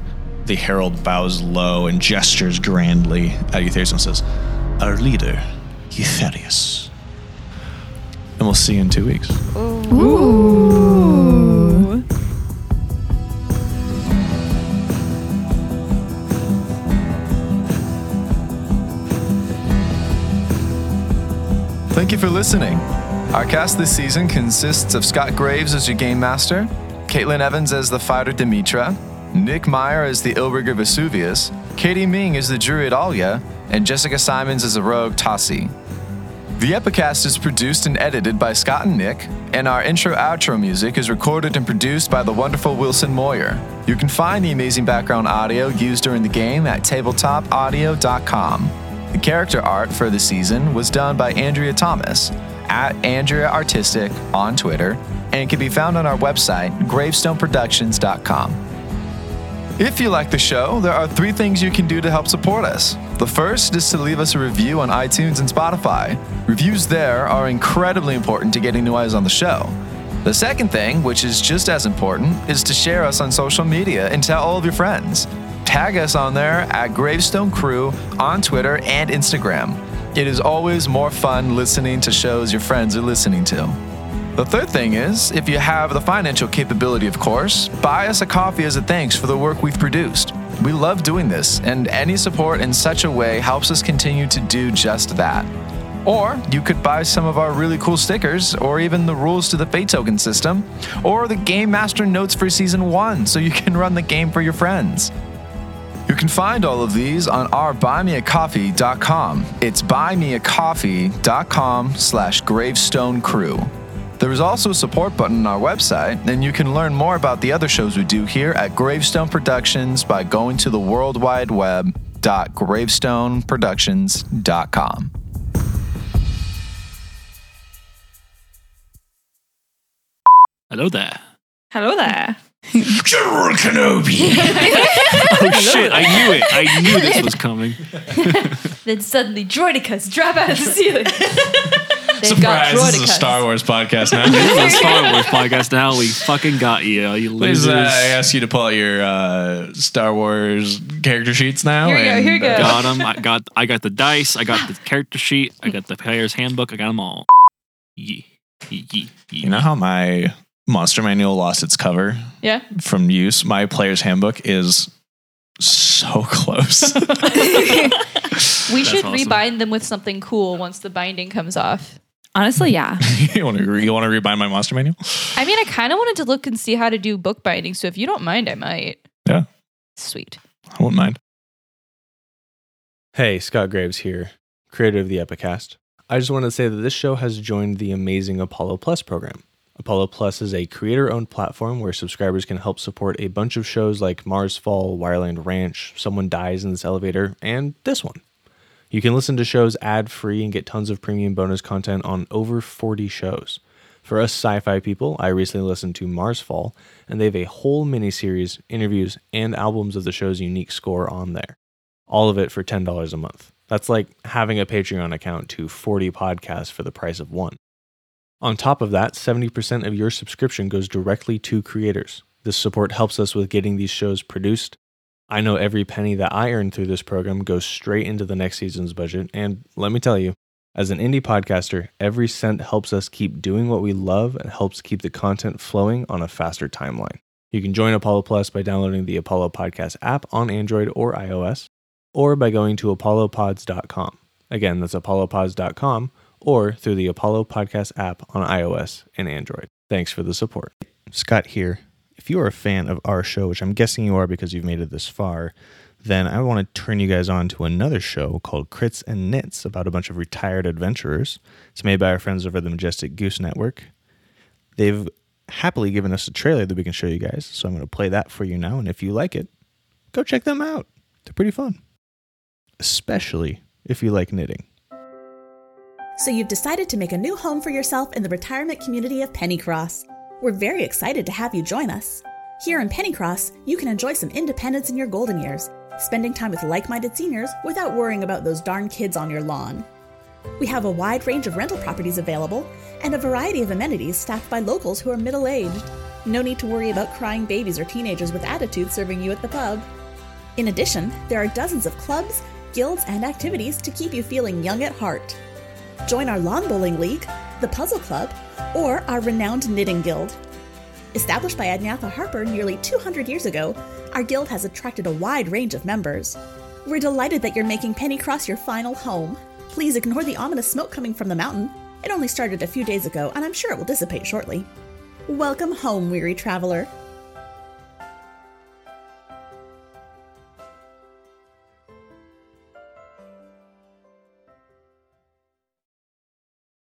S4: the herald bows low and gestures grandly at Eutherius and says, Our leader, Eutherius. And we'll see you in two weeks.
S3: Thank you for listening. Our cast this season consists of Scott Graves as your game master, Caitlin Evans as the fighter Demetra, Nick Meyer as the Illrigger Vesuvius, Katie Ming as the druid Alia, and Jessica Simons as the rogue Tassi. The Epicast is produced and edited by Scott and Nick, and our intro outro music is recorded and produced by the wonderful Wilson Moyer. You can find the amazing background audio used during the game at tabletopaudio.com. The character art for the season was done by Andrea Thomas at Andrea Artistic on Twitter and can be found on our website, gravestoneproductions.com. If you like the show, there are three things you can do to help support us. The first is to leave us a review on iTunes and Spotify. Reviews there are incredibly important to getting new eyes on the show. The second thing, which is just as important, is to share us on social media and tell all of your friends. Tag us on there at Gravestone Crew on Twitter and Instagram. It is always more fun listening to shows your friends are listening to. The third thing is, if you have the financial capability, of course, buy us a coffee as a thanks for the work we've produced. We love doing this, and any support in such a way helps us continue to do just that. Or you could buy some of our really cool stickers, or even the rules to the Fate Token system, or the Game Master notes for Season 1 so you can run the game for your friends. You can find all of these on our buymeacoffee.com. It's buymeacoffee.com slash gravestone crew. There is also a support button on our website, and you can learn more about the other shows we do here at Gravestone Productions by going to the World Wide Web dot gravestoneproductions.com.
S8: Hello there.
S2: Hello there.
S4: General Kenobi!
S8: Oh shit! I knew it. I knew this was coming.
S13: Then suddenly droidicas drop out of the ceiling. They've
S4: Surprise!
S13: got
S4: This is a
S13: droidicas.
S4: Star Wars podcast
S8: This
S4: now.
S8: is a Star Wars podcast. Now we fucking got you, you
S4: Please,
S8: losers.
S4: uh, I ask you to pull out your uh, Star Wars character sheets now.
S6: Here we go,
S4: and,
S6: here we go.
S4: uh,
S8: Got 'em. I got. I got the dice. I got the character sheet. I got the player's handbook. I got them all. Yee. Yee. Yee.
S4: You know how my monster manual lost its cover
S6: Yeah.
S4: from use? My player's handbook is so close.
S6: We
S8: That's
S6: should
S8: awesome.
S6: rebind them with something cool once the binding comes off.
S2: Honestly, yeah.
S4: you want to re- you want to rebind my monster manual?
S6: I mean, I kind of wanted to look and see how to do book binding, so if you don't mind, I might.
S4: Yeah.
S6: Sweet.
S4: I wouldn't mind.
S1: Hey, Scott Graves here, creator of the Epicast. I just wanted to say that this show has joined the amazing Apollo Plus program. Apollo Plus is a creator owned platform where subscribers can help support a bunch of shows like Mars Fall, Wireland Ranch, Someone Dies in This Elevator, and this one. You can listen to shows ad free and get tons of premium bonus content on over 40 shows. For us sci fi people, I recently listened to Mars Fall, and they have a whole miniseries, interviews, and albums of the show's unique score on there. all of it for $10 a month. That's like having a Patreon account to 40 podcasts for the price of one. On top of that, 70% of your subscription goes directly to creators. This support helps us with getting these shows produced. I know every penny that I earn through this program goes straight into the next season's budget, and let me tell you, as an indie podcaster, every cent helps us keep doing what we love and helps keep the content flowing on a faster timeline. You can join Apollo Plus by downloading the Apollo Podcast app on Android or iOS, or by going to apollopods.com. Again, that's apollopods.com or through the Apollo Podcast app on iOS and Android. Thanks for the support. Scott here. If you are a fan of our show, which I'm guessing you are because you've made it this far, then I want to turn you guys on to another show called Crits and Knits about a bunch of retired adventurers. It's made by our friends over the Majestic Goose Network. They've happily given us a trailer that we can show you guys, so I'm going to play that for you now. And if you like it, go check them out. They're pretty fun, especially if you like knitting.
S14: So you've decided to make a new home for yourself in the retirement community of Pennycross. We're very excited to have you join us. Here in Pennycross, you can enjoy some independence in your golden years, spending time with like minded seniors without worrying about those darn kids on your lawn. We have a wide range of rental properties available and a variety of amenities staffed by locals who are middle aged. No need to worry about crying babies or teenagers with attitudes serving you at the pub. In addition, there are dozens of clubs, guilds, and activities to keep you feeling young at heart. Join our lawn bowling league, the puzzle club, or our renowned knitting guild. Established by Adnyatha Harper nearly 200 years ago, our guild has attracted a wide range of members. We're delighted that you're making Pennycross your final home. Please ignore the ominous smoke coming from the mountain. It only started a few days ago, and I'm sure it will dissipate shortly. Welcome home, weary traveler.